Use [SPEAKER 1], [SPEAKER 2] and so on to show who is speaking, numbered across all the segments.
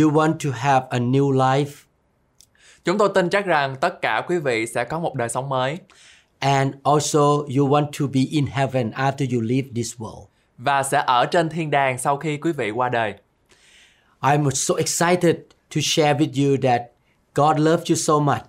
[SPEAKER 1] you want to have a new life
[SPEAKER 2] Chúng tôi tin chắc rằng tất cả quý vị sẽ có một đời sống mới
[SPEAKER 1] and also you want to be in heaven after you leave this world.
[SPEAKER 2] và sẽ ở trên thiên đàng sau khi quý vị qua đời.
[SPEAKER 1] I'm so excited to share with you that God loves you so much.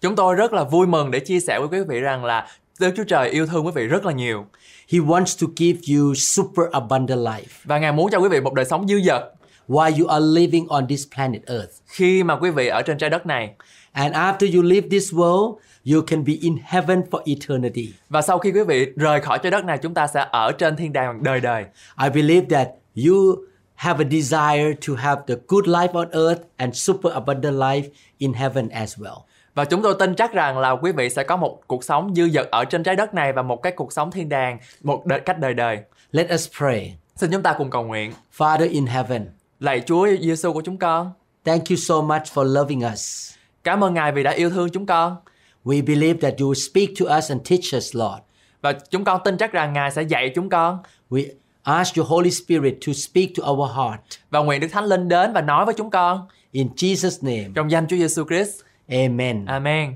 [SPEAKER 2] Chúng tôi rất là vui mừng để chia sẻ với quý vị rằng là Đức Chúa Trời yêu thương quý vị rất là nhiều
[SPEAKER 1] He wants to give you super abundant life
[SPEAKER 2] và Ngài muốn cho quý vị một đời sống dư dật
[SPEAKER 1] while you are living on this planet earth.
[SPEAKER 2] khi mà quý vị ở trên trái đất này.
[SPEAKER 1] And after you leave this world, you can be in heaven for eternity.
[SPEAKER 2] Và sau khi quý vị rời khỏi trái đất này chúng ta sẽ ở trên thiên đàng đời đời.
[SPEAKER 1] I believe that you have a desire to have the good life on earth and super abundant life in heaven as well.
[SPEAKER 2] Và chúng tôi tin chắc rằng là quý vị sẽ có một cuộc sống dư dật ở trên trái đất này và một cái cuộc sống thiên đàng, một đời, cách đời đời.
[SPEAKER 1] Let us pray.
[SPEAKER 2] Xin chúng ta cùng cầu nguyện.
[SPEAKER 1] Father in heaven,
[SPEAKER 2] Lạy Chúa Giêsu của chúng con,
[SPEAKER 1] thank you so much for loving us.
[SPEAKER 2] cảm ơn Ngài vì đã yêu thương chúng con.
[SPEAKER 1] We believe that you will speak to us and teach us, Lord.
[SPEAKER 2] Và chúng con tin chắc rằng Ngài sẽ dạy chúng con
[SPEAKER 1] We ask your Holy Spirit to speak to our heart.
[SPEAKER 2] và nguyện Đức Thánh Linh đến và nói với chúng con
[SPEAKER 1] In Jesus' name,
[SPEAKER 2] trong danh Chúa Giêsu Christ.
[SPEAKER 1] amen.
[SPEAKER 2] Amen.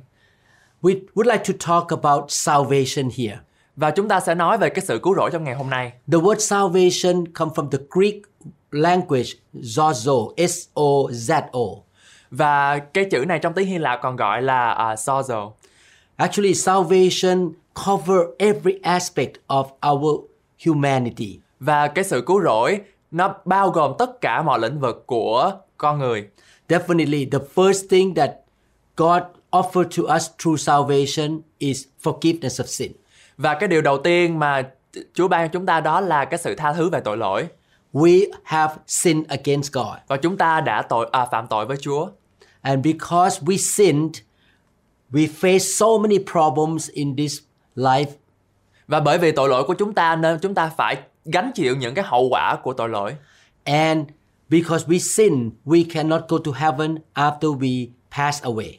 [SPEAKER 1] We would like to talk about salvation here.
[SPEAKER 2] Và chúng ta sẽ nói về cái sự cứu rỗi trong ngày hôm nay.
[SPEAKER 1] The word salvation comes from the Greek language zozo, S O Z O.
[SPEAKER 2] Và cái chữ này trong tiếng Hy Lạp còn gọi là à, sozo.
[SPEAKER 1] Actually, salvation cover every aspect of our humanity.
[SPEAKER 2] Và cái sự cứu rỗi nó bao gồm tất cả mọi lĩnh vực của con người.
[SPEAKER 1] Definitely, the first thing that God offered to us through salvation is forgiveness of sin.
[SPEAKER 2] Và cái điều đầu tiên mà Chúa ban cho chúng ta đó là cái sự tha thứ về tội lỗi
[SPEAKER 1] We have sinned against God,
[SPEAKER 2] và chúng ta đã tội à, phạm tội với Chúa.
[SPEAKER 1] and because we sinned, we face so many problems in this life
[SPEAKER 2] Và bởi vì tội lỗi của chúng ta nên chúng ta phải gánh chịu những cái hậu quả của tội lỗi.
[SPEAKER 1] And because we sin, we cannot go to heaven after we pass away.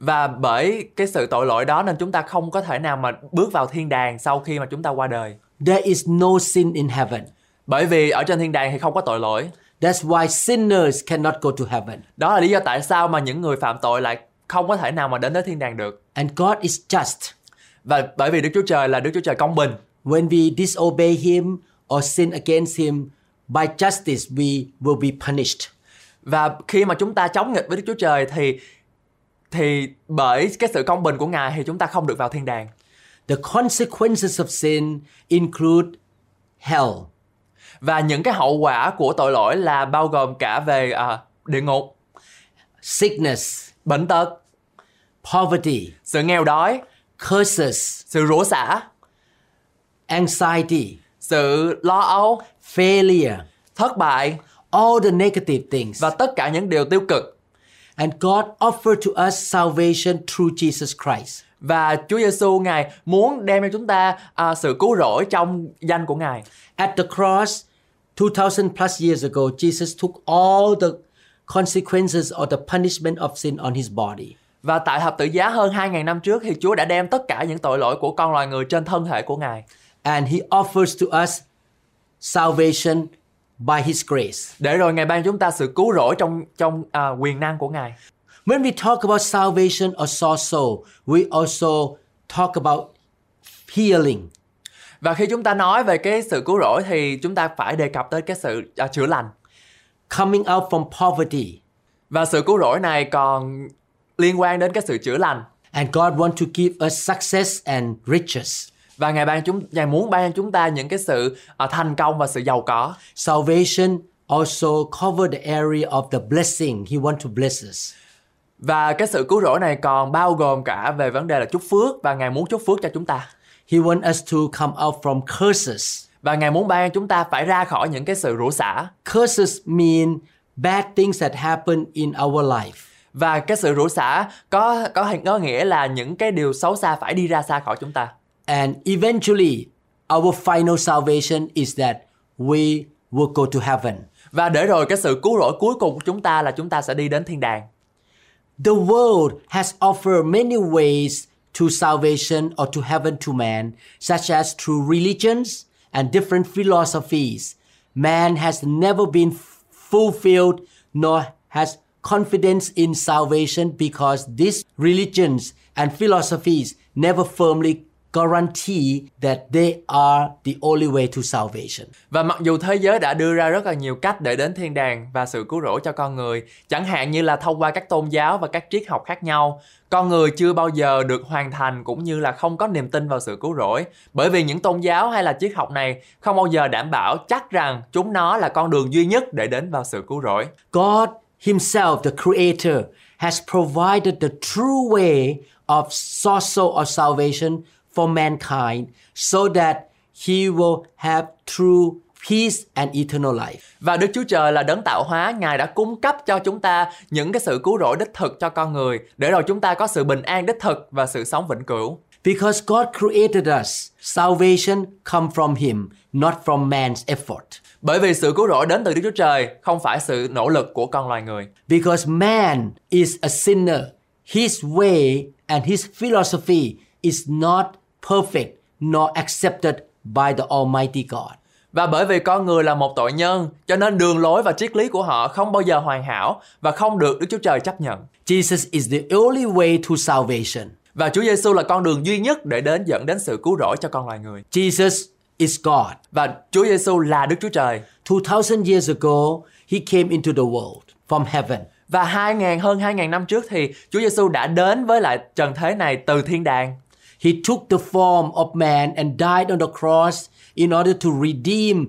[SPEAKER 2] Và bởi cái sự tội lỗi đó nên chúng ta không có thể nào mà bước vào thiên đàng sau khi mà chúng ta qua đời.
[SPEAKER 1] There is no sin in heaven.
[SPEAKER 2] Bởi vì ở trên thiên đàng thì không có tội lỗi.
[SPEAKER 1] That's why sinners cannot go to heaven.
[SPEAKER 2] Đó là lý do tại sao mà những người phạm tội lại không có thể nào mà đến tới thiên đàng được.
[SPEAKER 1] And God is just.
[SPEAKER 2] Và bởi vì Đức Chúa Trời là Đức Chúa Trời công bình.
[SPEAKER 1] When we disobey Him or sin against Him, by justice we will be punished.
[SPEAKER 2] Và khi mà chúng ta chống nghịch với Đức Chúa Trời thì thì bởi cái sự công bình của Ngài thì chúng ta không được vào thiên đàng.
[SPEAKER 1] The consequences of sin include hell,
[SPEAKER 2] Và những cái hậu quả của tội lỗi là bao gồm cả về à, địa ngục,
[SPEAKER 1] sickness,
[SPEAKER 2] bệnh tật,
[SPEAKER 1] poverty,
[SPEAKER 2] sự nghèo đói,
[SPEAKER 1] curses,
[SPEAKER 2] sự rủa xả,
[SPEAKER 1] anxiety,
[SPEAKER 2] sự lo âu,
[SPEAKER 1] failure,
[SPEAKER 2] thất bại
[SPEAKER 1] all the negative things.
[SPEAKER 2] và tất cả những điều tiêu cực.
[SPEAKER 1] And God offered to us salvation through Jesus Christ.
[SPEAKER 2] Và Chúa Giêsu Ngài muốn đem cho chúng ta à, sự cứu rỗi trong danh của Ngài.
[SPEAKER 1] At the cross, 2000 plus years ago, Jesus took all the consequences or the punishment of sin on his body.
[SPEAKER 2] Và tại thập tự giá hơn 2.000 năm trước thì Chúa đã đem tất cả những tội lỗi của con loài người trên thân thể của Ngài
[SPEAKER 1] And he offers to us salvation by his grace.
[SPEAKER 2] để rồi Ngài ban chúng ta sự cứu rỗi trong trong à, quyền năng của Ngài.
[SPEAKER 1] When we talk about salvation or so-so, we also talk about healing.
[SPEAKER 2] Và khi chúng ta nói về cái sự cứu rỗi thì chúng ta phải đề cập tới cái sự à, chữa lành.
[SPEAKER 1] Coming out from poverty,
[SPEAKER 2] Và sự cứu rỗi này còn liên quan đến cái sự chữa lành.
[SPEAKER 1] and God wants to give us success and riches.
[SPEAKER 2] Và Ngài ban chúng Ngài muốn ban chúng ta những cái sự à, thành công và sự giàu có.
[SPEAKER 1] Salvation also cover the area of the blessing. He want to bless us.
[SPEAKER 2] Và cái sự cứu rỗi này còn bao gồm cả về vấn đề là chúc phước và Ngài muốn chúc phước cho chúng ta.
[SPEAKER 1] He want us to come out from curses.
[SPEAKER 2] Và Ngài muốn ban chúng ta phải ra khỏi những cái sự rủa xả.
[SPEAKER 1] Curses mean bad things that happen in our life.
[SPEAKER 2] và cái sự rủa xả có có có nghĩa là những cái điều xấu xa phải đi ra xa khỏi chúng ta
[SPEAKER 1] And eventually, our final salvation is that we will go to heaven.
[SPEAKER 2] và để rồi cái sự cứu rỗi cuối cùng của chúng ta là chúng ta sẽ đi đến thiên đàng
[SPEAKER 1] The world has offered many ways to salvation or to heaven to man, such as through religions and different philosophies. Man has never been f- fulfilled nor has confidence in salvation because these religions and philosophies never firmly guarantee that they are the only way to salvation.
[SPEAKER 2] Và mặc dù thế giới đã đưa ra rất là nhiều cách để đến thiên đàng và sự cứu rỗi cho con người, chẳng hạn như là thông qua các tôn giáo và các triết học khác nhau, con người chưa bao giờ được hoàn thành cũng như là không có niềm tin vào sự cứu rỗi, bởi vì những tôn giáo hay là triết học này không bao giờ đảm bảo chắc rằng chúng nó là con đường duy nhất để đến vào sự cứu rỗi.
[SPEAKER 1] God Himself, the Creator, has provided the true way of source of salvation for mankind so that He will have true peace and eternal life.
[SPEAKER 2] Và Đức Chúa Trời là đấng tạo hóa, Ngài đã cung cấp cho chúng ta những cái sự cứu rỗi đích thực cho con người, để rồi chúng ta có sự bình an đích thực và sự sống vĩnh cửu.
[SPEAKER 1] Because God created us, salvation come from Him, not from man's effort.
[SPEAKER 2] Bởi vì sự cứu rỗi đến từ Đức Chúa Trời không phải sự nỗ lực của con loài người.
[SPEAKER 1] Because man is a sinner, his way and his philosophy is not perfect nor accepted by the Almighty God.
[SPEAKER 2] Và bởi vì con người là một tội nhân, cho nên đường lối và triết lý của họ không bao giờ hoàn hảo và không được Đức Chúa Trời chấp nhận.
[SPEAKER 1] Jesus is the only way to salvation.
[SPEAKER 2] Và Chúa Giêsu là con đường duy nhất để đến dẫn đến sự cứu rỗi cho con loài người.
[SPEAKER 1] Jesus is God.
[SPEAKER 2] Và Chúa Giêsu là Đức Chúa Trời.
[SPEAKER 1] 2000 years ago, he came into the world from heaven.
[SPEAKER 2] Và 2000 hơn 2000 năm trước thì Chúa Giêsu đã đến với lại trần thế này từ thiên đàng.
[SPEAKER 1] He took the form of man and died on the cross in order to redeem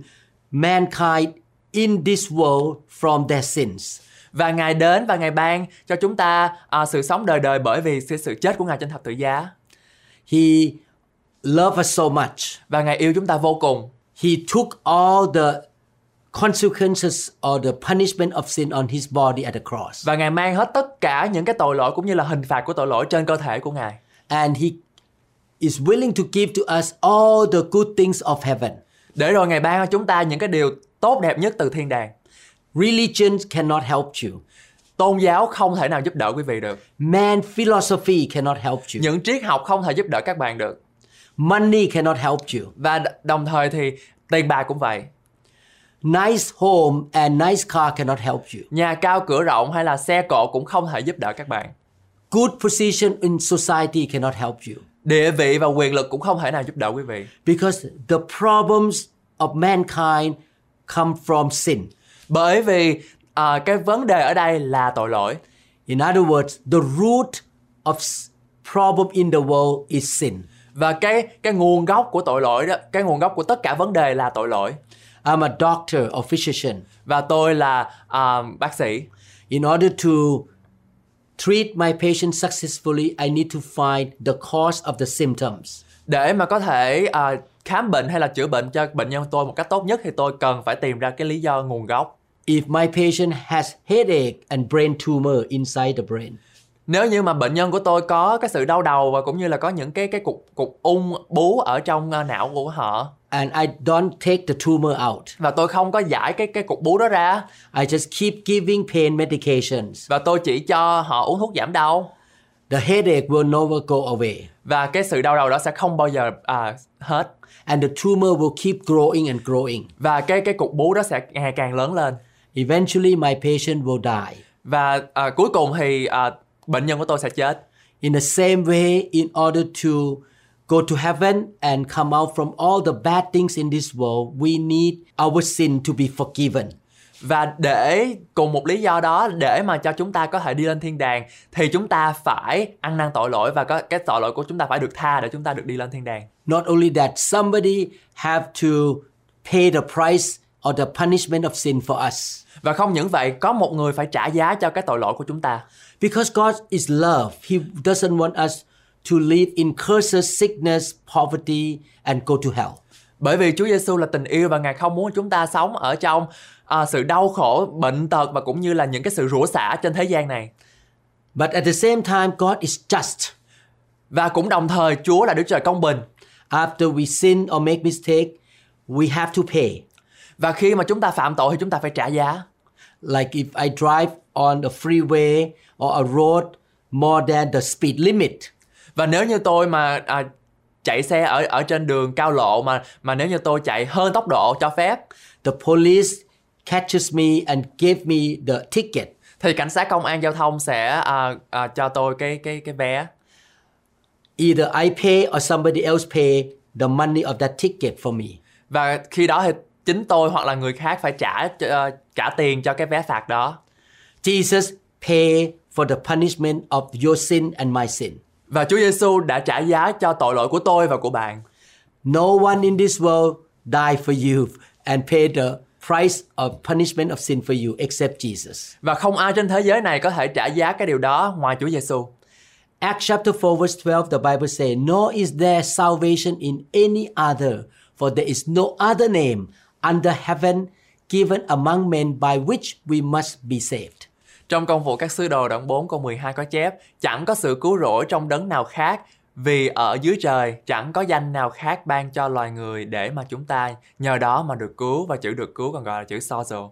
[SPEAKER 1] mankind in this world from their sins.
[SPEAKER 2] Và Ngài đến và Ngài ban cho chúng ta à, sự sống đời đời bởi vì sự, sự chết của Ngài trên thập tự giá.
[SPEAKER 1] He loved us so much.
[SPEAKER 2] Và Ngài yêu chúng ta vô cùng.
[SPEAKER 1] He took all the consequences or the punishment of sin on his body at the cross.
[SPEAKER 2] Và Ngài mang hết tất cả những cái tội lỗi cũng như là hình phạt của tội lỗi trên cơ thể của Ngài.
[SPEAKER 1] and he is willing to give to us all the good things of heaven.
[SPEAKER 2] Để rồi Ngài ban cho chúng ta những cái điều tốt đẹp nhất từ thiên đàng.
[SPEAKER 1] Religion cannot help you.
[SPEAKER 2] Tôn giáo không thể nào giúp đỡ quý vị được.
[SPEAKER 1] Man philosophy cannot help you.
[SPEAKER 2] Những triết học không thể giúp đỡ các bạn được.
[SPEAKER 1] Money cannot help you.
[SPEAKER 2] Và đ- đồng thời thì tiền bạc cũng vậy.
[SPEAKER 1] Nice home and nice car cannot help you.
[SPEAKER 2] Nhà cao cửa rộng hay là xe cộ cũng không thể giúp đỡ các bạn.
[SPEAKER 1] Good position in society cannot help you.
[SPEAKER 2] Địa vị và quyền lực cũng không thể nào giúp đỡ quý vị.
[SPEAKER 1] Because the problems of mankind come from sin.
[SPEAKER 2] Bởi vì à, cái vấn đề ở đây là tội lỗi.
[SPEAKER 1] In other words, the root of s- problem in the world is sin.
[SPEAKER 2] Và cái cái nguồn gốc của tội lỗi đó, cái nguồn gốc của tất cả vấn đề là tội lỗi.
[SPEAKER 1] I'm a doctor or physician.
[SPEAKER 2] và tôi là à, bác sĩ
[SPEAKER 1] In order to treat my patient successfully, I need to find the cause of the symptoms.
[SPEAKER 2] để mà có thể à, khám bệnh hay là chữa bệnh cho bệnh nhân tôi một cách tốt nhất thì tôi cần phải tìm ra cái lý do nguồn gốc
[SPEAKER 1] If my patient has headache and brain tumor inside the brain,
[SPEAKER 2] nếu như mà bệnh nhân của tôi có cái sự đau đầu và cũng như là có những cái cái cục cục ung bú ở trong à, não của họ
[SPEAKER 1] and I don't take the tumor out,
[SPEAKER 2] và tôi không có giải cái cái cục bú đó ra
[SPEAKER 1] I just keep giving pain medications,
[SPEAKER 2] và tôi chỉ cho họ uống thuốc giảm đau
[SPEAKER 1] the headache will never go away.
[SPEAKER 2] và cái sự đau đầu đó sẽ không bao giờ à, hết
[SPEAKER 1] And the tumor will keep growing and growing.
[SPEAKER 2] và cái cái cục bú đó sẽ ngày càng lớn lên
[SPEAKER 1] Eventually, my patient will die.
[SPEAKER 2] và à, cuối cùng thì à, bệnh nhân của tôi sẽ chết
[SPEAKER 1] In the same way, in order to go to heaven and come out from all the bad things in this world, we need our sin to be forgiven.
[SPEAKER 2] Và để cùng một lý do đó để mà cho chúng ta có thể đi lên thiên đàng thì chúng ta phải ăn năn tội lỗi và có cái tội lỗi của chúng ta phải được tha để chúng ta được đi lên thiên đàng.
[SPEAKER 1] Not only that, somebody have to pay the price or the punishment of sin for us.
[SPEAKER 2] Và không những vậy, có một người phải trả giá cho cái tội lỗi của chúng ta.
[SPEAKER 1] Because God is love, He doesn't want us to live in curses, sickness, poverty, and go to hell.
[SPEAKER 2] Bởi vì Chúa Giêsu là tình yêu và Ngài không muốn chúng ta sống ở trong à, sự đau khổ, bệnh tật và cũng như là những cái sự rủa xả trên thế gian này.
[SPEAKER 1] But at the same time, God is just.
[SPEAKER 2] Và cũng đồng thời Chúa là Đức Trời công bình.
[SPEAKER 1] After we sin or make mistake, we have to pay.
[SPEAKER 2] Và khi mà chúng ta phạm tội thì chúng ta phải trả giá.
[SPEAKER 1] Like if I drive on a freeway or a road more than the speed limit,
[SPEAKER 2] Và nếu như tôi mà à, chạy xe ở ở trên đường cao lộ mà mà nếu như tôi chạy hơn tốc độ cho phép
[SPEAKER 1] the police catches me and give me the ticket.
[SPEAKER 2] thì cảnh sát công an giao thông sẽ à, à, cho tôi cái cái cái vé
[SPEAKER 1] Either I pay or somebody else pay the money of that ticket for me.
[SPEAKER 2] và khi đó thì chính tôi hoặc là người khác phải trả ờ, trả tiền cho cái vé phạt đó
[SPEAKER 1] Jesus paid for the punishment of your sin and my sin.
[SPEAKER 2] và Chúa Giêsu đã trả giá cho tội lỗi của tôi và của bạn
[SPEAKER 1] No one in this world died for you and paid the price of punishment of sin for you except Jesus.
[SPEAKER 2] và không ai trên thế giới này có thể trả giá cái điều đó ngoài Chúa Giêsu
[SPEAKER 1] Acts chapter 4 verse 12 the Bible says, "Nor is there salvation in any other, for there is no other name under heaven given among men by which we must be saved."
[SPEAKER 2] trong công vụ các sứ đồ đoạn 4 câu 12 có chép chẳng có sự cứu rỗi trong đấng nào khác vì ở dưới trời chẳng có danh nào khác ban cho loài người để mà chúng ta nhờ đó mà được cứu và chữ được cứu còn gọi là chữ sozo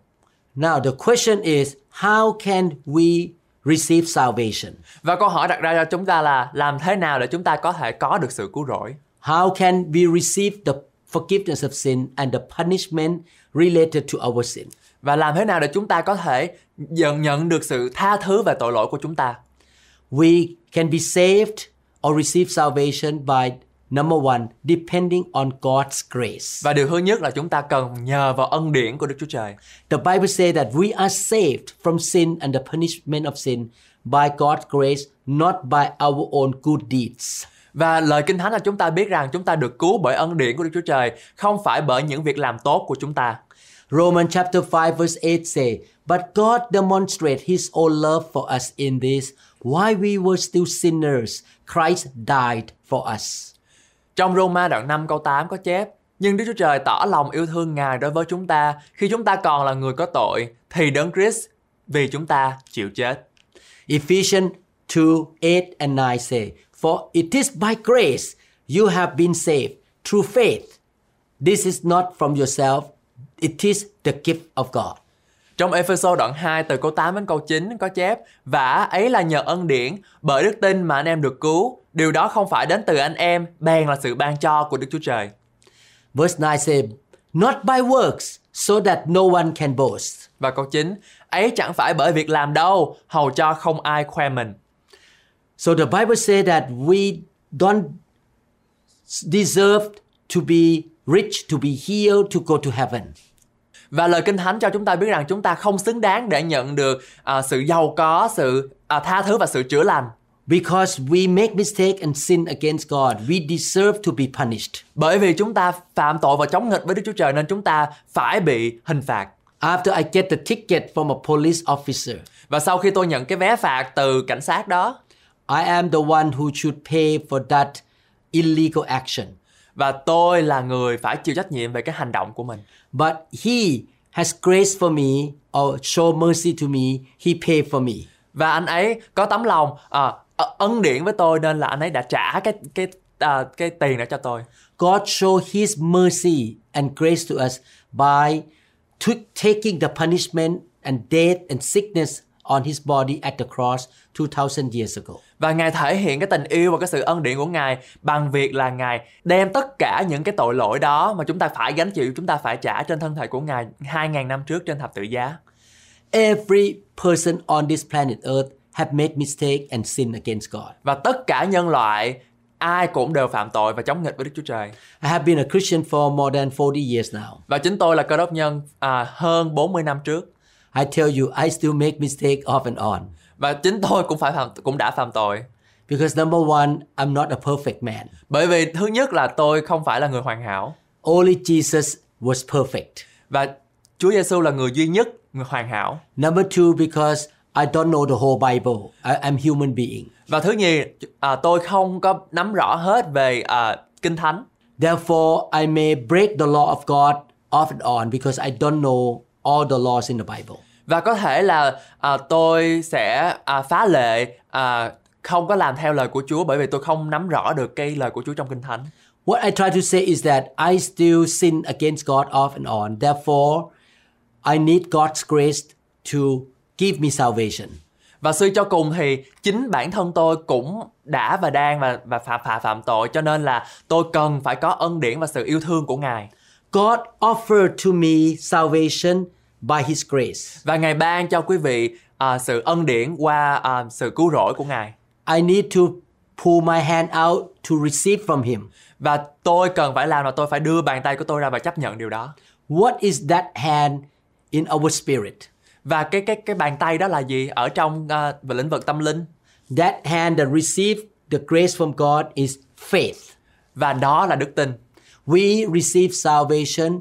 [SPEAKER 1] Now the question is, how can we receive salvation?
[SPEAKER 2] và câu hỏi đặt ra cho chúng ta là làm thế nào để chúng ta có thể có được sự cứu rỗi
[SPEAKER 1] How can we receive the forgiveness of sin and the punishment related to our sin?
[SPEAKER 2] và làm thế nào để chúng ta có thể nhận nhận được sự tha thứ về tội lỗi của chúng ta
[SPEAKER 1] We can be saved or receive salvation by number one, depending on God's grace.
[SPEAKER 2] và điều thứ nhất là chúng ta cần nhờ vào ân điển của Đức Chúa Trời
[SPEAKER 1] The Bible says that we are saved from sin and the punishment of sin by God's grace, not by our own good deeds.
[SPEAKER 2] và lời kinh thánh là chúng ta biết rằng chúng ta được cứu bởi ân điển của Đức Chúa Trời không phải bởi những việc làm tốt của chúng ta
[SPEAKER 1] Romans chapter 5 verse 8 say, But God demonstrates his own love for us in this, while we were still sinners, Christ died for us.
[SPEAKER 2] trong Roma đoạn 5 câu 8 có chép nhưng Đức Chúa Trời tỏ lòng yêu thương Ngài đối với chúng ta khi chúng ta còn là người có tội thì đấng Christ vì chúng ta chịu chết
[SPEAKER 1] Ephesians 2 8 and 9 say, For it is by grace you have been saved through faith. This is not from yourself, it is the gift of God.
[SPEAKER 2] Trong Ephesos đoạn 2 từ câu 8 đến câu 9 có chép Vả ấy là nhờ ân điển bởi đức tin mà anh em được cứu Điều đó không phải đến từ anh em bèn là sự ban cho của Đức Chúa Trời
[SPEAKER 1] Verse 9 say, Not by works, so that no one can boast.
[SPEAKER 2] Và câu 9 Ấy chẳng phải bởi việc làm đâu hầu cho không ai khoe mình
[SPEAKER 1] So the Bible says that we don't deserve to be rich, to be healed, to go to heaven.
[SPEAKER 2] Và lời Kinh Thánh cho chúng ta biết rằng chúng ta không xứng đáng để nhận được à, sự giàu có, sự à, tha thứ và sự chữa lành
[SPEAKER 1] Because we make mistake and sin against God, we deserve to be punished.
[SPEAKER 2] Bởi vì chúng ta phạm tội và chống nghịch với Đức Chúa Trời nên chúng ta phải bị hình phạt
[SPEAKER 1] After I get the ticket from a police officer,
[SPEAKER 2] Và sau khi tôi nhận cái vé phạt từ cảnh sát đó
[SPEAKER 1] I am the one who should pay for that illegal action.
[SPEAKER 2] và tôi là người phải chịu trách nhiệm về cái hành động của mình
[SPEAKER 1] But he has grace for me or show mercy to me, he pay for me.
[SPEAKER 2] và anh ấy có tấm lòng à, ơ- ân điển với tôi nên là anh ấy đã trả cái cái à, cái tiền đó cho tôi
[SPEAKER 1] God show His mercy and grace to us by t- taking the punishment and death and sickness on His body at the cross 2,000 years ago.
[SPEAKER 2] và ngài thể hiện cái tình yêu và cái sự ân điển của ngài bằng việc là ngài đem tất cả những cái tội lỗi đó mà chúng ta phải gánh chịu chúng ta phải trả trên thân thể của ngài 2.000 năm trước trên thập tự giá
[SPEAKER 1] Every person on this planet Earth have made mistake and sin against God.
[SPEAKER 2] và tất cả nhân loại ai cũng đều phạm tội và chống nghịch với Đức Chúa Trời
[SPEAKER 1] I have been a Christian for more than 40 years now.
[SPEAKER 2] và chính tôi là cơ đốc nhân à, hơn 40 năm trước
[SPEAKER 1] I tell you, I still make mistake off and on.
[SPEAKER 2] và chính tôi cũng phải phạm cũng đã phạm tội
[SPEAKER 1] Because number one, I'm not a perfect man.
[SPEAKER 2] Bởi vì thứ nhất là tôi không phải là người hoàn hảo
[SPEAKER 1] Only Jesus was perfect.
[SPEAKER 2] và Chúa Giêsu là người duy nhất người hoàn hảo.
[SPEAKER 1] Number two, because I don't know the whole Bible. I, I'm human being.
[SPEAKER 2] Và thứ nhì, à, tôi không có nắm rõ hết về à, kinh thánh
[SPEAKER 1] Therefore, I may break the law of God off and on because I don't know all the laws in the Bible.
[SPEAKER 2] và có thể là à, tôi sẽ à, phá lệ à, không có làm theo lời của Chúa bởi vì tôi không nắm rõ được cái lời của Chúa trong kinh thánh.
[SPEAKER 1] What I try to say is that I still sin against God off and on. Therefore, I need God's grace to give me salvation.
[SPEAKER 2] Và suy cho cùng thì chính bản thân tôi cũng đã và đang và và phạm phạm phạm tội cho nên là tôi cần phải có ân điển và sự yêu thương của Ngài.
[SPEAKER 1] God offered to me salvation by His grace.
[SPEAKER 2] Và Ngài ban cho quý vị à, sự ân điển qua à, sự cứu rỗi của Ngài.
[SPEAKER 1] I need to pull my hand out to receive from Him.
[SPEAKER 2] Và tôi cần phải làm là tôi phải đưa bàn tay của tôi ra và chấp nhận điều đó.
[SPEAKER 1] What is that hand in our spirit?
[SPEAKER 2] Và cái cái cái bàn tay đó là gì ở trong à, về lĩnh vực tâm linh?
[SPEAKER 1] That hand that received the grace from God is faith.
[SPEAKER 2] Và đó là đức tin.
[SPEAKER 1] We receive salvation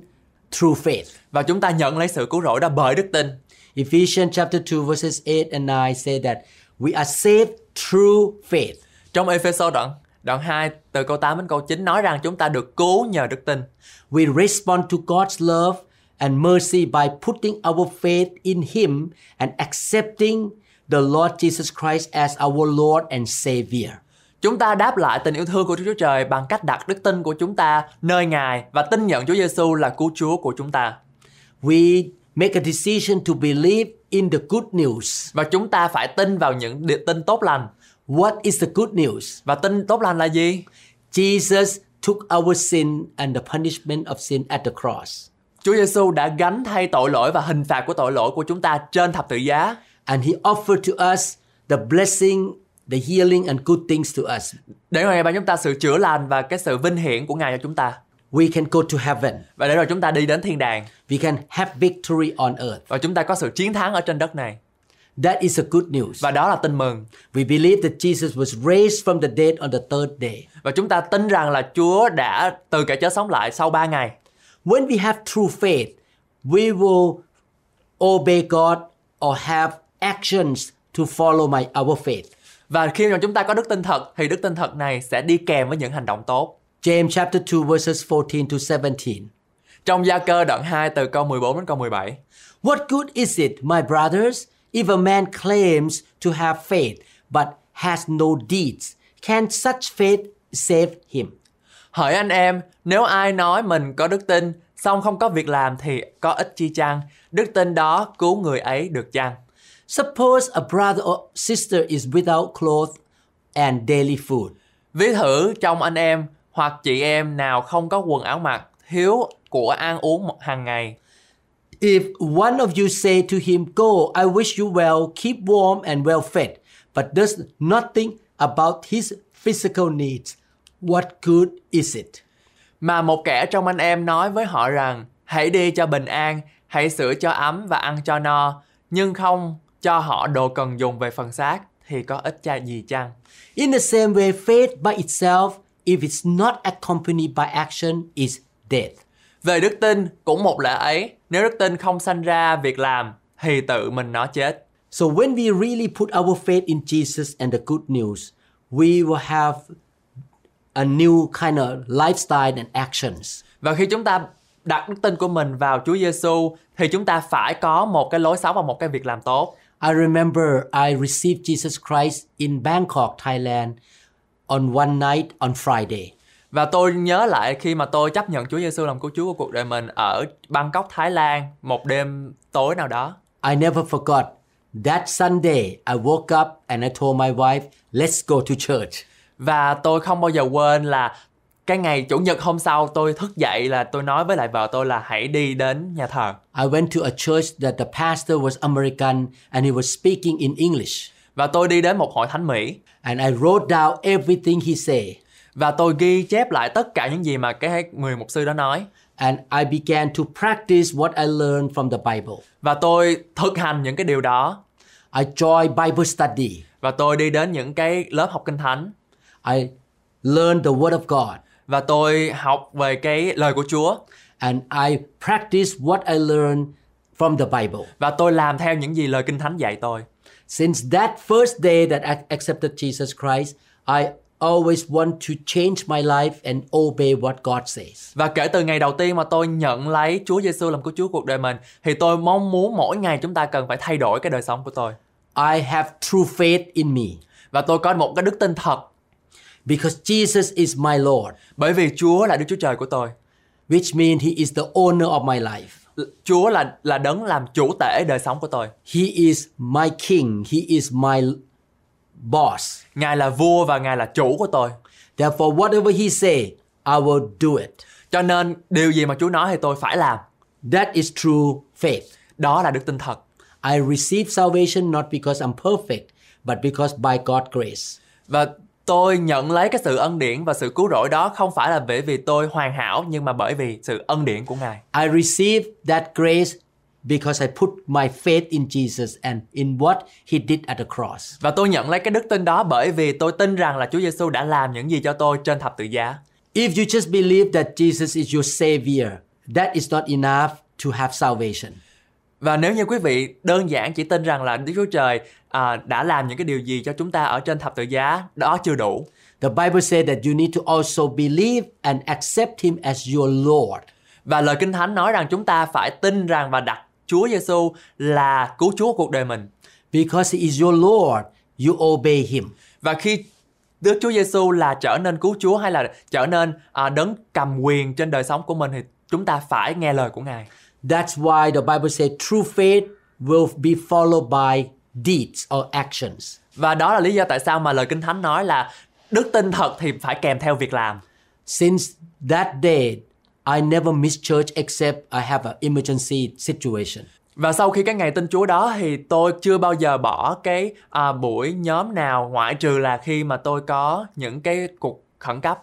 [SPEAKER 1] through faith.
[SPEAKER 2] Và chúng ta nhận lấy sự cứu rỗi đó bởi đức tin.
[SPEAKER 1] Ephesians chapter 2 verses 8 and 9 say that we are saved through faith.
[SPEAKER 2] Trong Ephesos đoạn đoạn 2 từ câu 8 đến câu 9 nói rằng chúng ta được cứu nhờ đức tin.
[SPEAKER 1] We respond to God's love and mercy by putting our faith in him and accepting the Lord Jesus Christ as our Lord and Savior.
[SPEAKER 2] Chúng ta đáp lại tình yêu thương của Chúa Chúa Trời bằng cách đặt đức tin của chúng ta nơi Ngài và tin nhận Chúa Giêsu là cứu Chúa của chúng ta.
[SPEAKER 1] We make a decision to believe in the good news.
[SPEAKER 2] Và chúng ta phải tin vào những địa tin tốt lành.
[SPEAKER 1] What is the good news?
[SPEAKER 2] Và tin tốt lành là gì?
[SPEAKER 1] Jesus took our sin and the punishment of sin at the cross.
[SPEAKER 2] Chúa Giêsu đã gánh thay tội lỗi và hình phạt của tội lỗi của chúng ta trên thập tự giá
[SPEAKER 1] And he offered to us the blessing, the healing, and good things to us.
[SPEAKER 2] để rồi Ngài ban chúng ta sự chữa lành và cái sự vinh hiển của Ngài cho chúng ta.
[SPEAKER 1] We can go to heaven.
[SPEAKER 2] Và để rồi chúng ta đi đến thiên đàng
[SPEAKER 1] We can have victory on earth.
[SPEAKER 2] và chúng ta có sự chiến thắng ở trên đất này.
[SPEAKER 1] That is the good news.
[SPEAKER 2] Và đó là tin mừng.
[SPEAKER 1] We believe that Jesus was raised from the dead on the third day.
[SPEAKER 2] Và chúng ta tin rằng là Chúa đã từ kẻ chết sống lại sau 3 ngày.
[SPEAKER 1] When we have true faith, we will obey God or have actions to follow my, our faith.
[SPEAKER 2] Và khi mà chúng ta có đức tin thật thì đức tin thật này sẽ đi kèm với những hành động tốt.
[SPEAKER 1] James chapter 2 verses 14 to 17.
[SPEAKER 2] Trong Gia Cơ đoạn 2 từ câu 14 đến câu 17.
[SPEAKER 1] What good is it, my brothers, if a man claims to have faith but has no deeds? Can such faith save him?
[SPEAKER 2] Hỡi anh em, nếu ai nói mình có đức tin, song không có việc làm thì có ích chi chăng? Đức tin đó cứu người ấy được chăng?
[SPEAKER 1] Suppose a brother or sister is without clothes and daily food.
[SPEAKER 2] Ví thử trong anh em hoặc chị em nào không có quần áo mặc, thiếu của ăn uống một- hàng ngày.
[SPEAKER 1] If one of you say to him, Go, I wish you well, keep warm and well fed, but does nothing about his physical needs, what good is it?
[SPEAKER 2] Mà một kẻ trong anh em nói với họ rằng, hãy đi cho bình an, hãy sửa cho ấm và ăn cho no, nhưng không cho họ đồ cần dùng về phần xác thì có ích cha gì chăng?
[SPEAKER 1] In the same way, faith by itself, if it's not accompanied by action, is dead.
[SPEAKER 2] Về đức tin cũng một lẽ ấy, nếu đức tin không sanh ra việc làm thì tự mình nó chết.
[SPEAKER 1] So when we really put our faith in Jesus and the good news, we will have a new kind of lifestyle and actions.
[SPEAKER 2] Và khi chúng ta đặt đức tin của mình vào Chúa Giêsu thì chúng ta phải có một cái lối sống và một cái việc làm tốt.
[SPEAKER 1] I remember I received Jesus Christ in Bangkok, Thailand on one night on Friday.
[SPEAKER 2] Và tôi nhớ lại khi mà tôi chấp nhận Chúa Giêsu làm cứu Chúa của cuộc đời mình ở Bangkok, Thái Lan một đêm tối nào đó.
[SPEAKER 1] I never forgot. That Sunday, I woke up and I told my wife, let's go to church.
[SPEAKER 2] Và tôi không bao giờ quên là cái ngày chủ nhật hôm sau tôi thức dậy là tôi nói với lại vợ tôi là hãy đi đến nhà thờ.
[SPEAKER 1] I went to a church that the pastor was American and he was speaking in English.
[SPEAKER 2] Và tôi đi đến một hội thánh Mỹ
[SPEAKER 1] And I wrote down everything he said.
[SPEAKER 2] và tôi ghi chép lại tất cả những gì mà cái người mục sư đó nói
[SPEAKER 1] And I began to practice what I learned from the Bible.
[SPEAKER 2] và tôi thực hành những cái điều đó
[SPEAKER 1] I joined Bible study.
[SPEAKER 2] và tôi đi đến những cái lớp học kinh thánh
[SPEAKER 1] I learned the Word of God.
[SPEAKER 2] và tôi học về cái lời của Chúa
[SPEAKER 1] and I practice what I learned from the Bible.
[SPEAKER 2] và tôi làm theo những gì lời kinh thánh dạy tôi.
[SPEAKER 1] Since that first day that I accepted Jesus Christ, I always want to change my life and obey what God says.
[SPEAKER 2] Và kể từ ngày đầu tiên mà tôi nhận lấy Chúa Giêsu làm cứu Chúa cuộc đời mình thì tôi mong muốn mỗi ngày chúng ta cần phải thay đổi cái đời sống của tôi.
[SPEAKER 1] I have true faith in me
[SPEAKER 2] Và tôi có một cái đức tin thật
[SPEAKER 1] because Jesus is my Lord,
[SPEAKER 2] bởi vì Chúa là Đức Chúa Trời của tôi.
[SPEAKER 1] which means He is the owner of my life.
[SPEAKER 2] L- Chúa là là đấng làm chủ tể đời sống của tôi.
[SPEAKER 1] He is my King. He is my boss.
[SPEAKER 2] Ngài là vua và Ngài là chủ của tôi.
[SPEAKER 1] Therefore, whatever He say, I will do it.
[SPEAKER 2] Cho nên điều gì mà Chúa nói thì tôi phải làm.
[SPEAKER 1] That is true faith.
[SPEAKER 2] Đó là đức tin thật.
[SPEAKER 1] I receive salvation not because I'm perfect, but because by God's grace.
[SPEAKER 2] Và tôi nhận lấy cái sự ân điển và sự cứu rỗi đó không phải là bởi vì tôi hoàn hảo nhưng mà bởi vì sự ân điển của Ngài.
[SPEAKER 1] I receive that grace because I put my faith in Jesus and in what He did at the cross.
[SPEAKER 2] Và tôi nhận lấy cái đức tin đó bởi vì tôi tin rằng là Chúa Giêsu đã làm những gì cho tôi trên thập tự giá.
[SPEAKER 1] If you just believe that Jesus is your Savior, that is not enough to have salvation.
[SPEAKER 2] Và nếu như quý vị đơn giản chỉ tin rằng là Đức Chúa Trời à, đã làm những cái điều gì cho chúng ta ở trên thập tự giá, đó chưa đủ.
[SPEAKER 1] The Bible says that you need to also believe and accept Him as your Lord.
[SPEAKER 2] Và lời Kinh Thánh nói rằng chúng ta phải tin rằng và đặt Chúa Giêsu là cứu Chúa cuộc đời mình.
[SPEAKER 1] Because He is your Lord, you obey Him.
[SPEAKER 2] Và khi Đức Chúa Giêsu là trở nên cứu Chúa hay là trở nên à, đấng cầm quyền trên đời sống của mình thì chúng ta phải nghe lời của Ngài.
[SPEAKER 1] That's why the Bible says true faith will be followed by deeds or actions.
[SPEAKER 2] Và đó là lý do tại sao mà lời Kinh Thánh nói là đức tin thật thì phải kèm theo việc làm.
[SPEAKER 1] Since that day, I never miss church except I have an emergency situation.
[SPEAKER 2] Và sau khi cái ngày tin Chúa đó thì tôi chưa bao giờ bỏ cái à, buổi nhóm nào ngoại trừ là khi mà tôi có những cái cuộc khẩn cấp.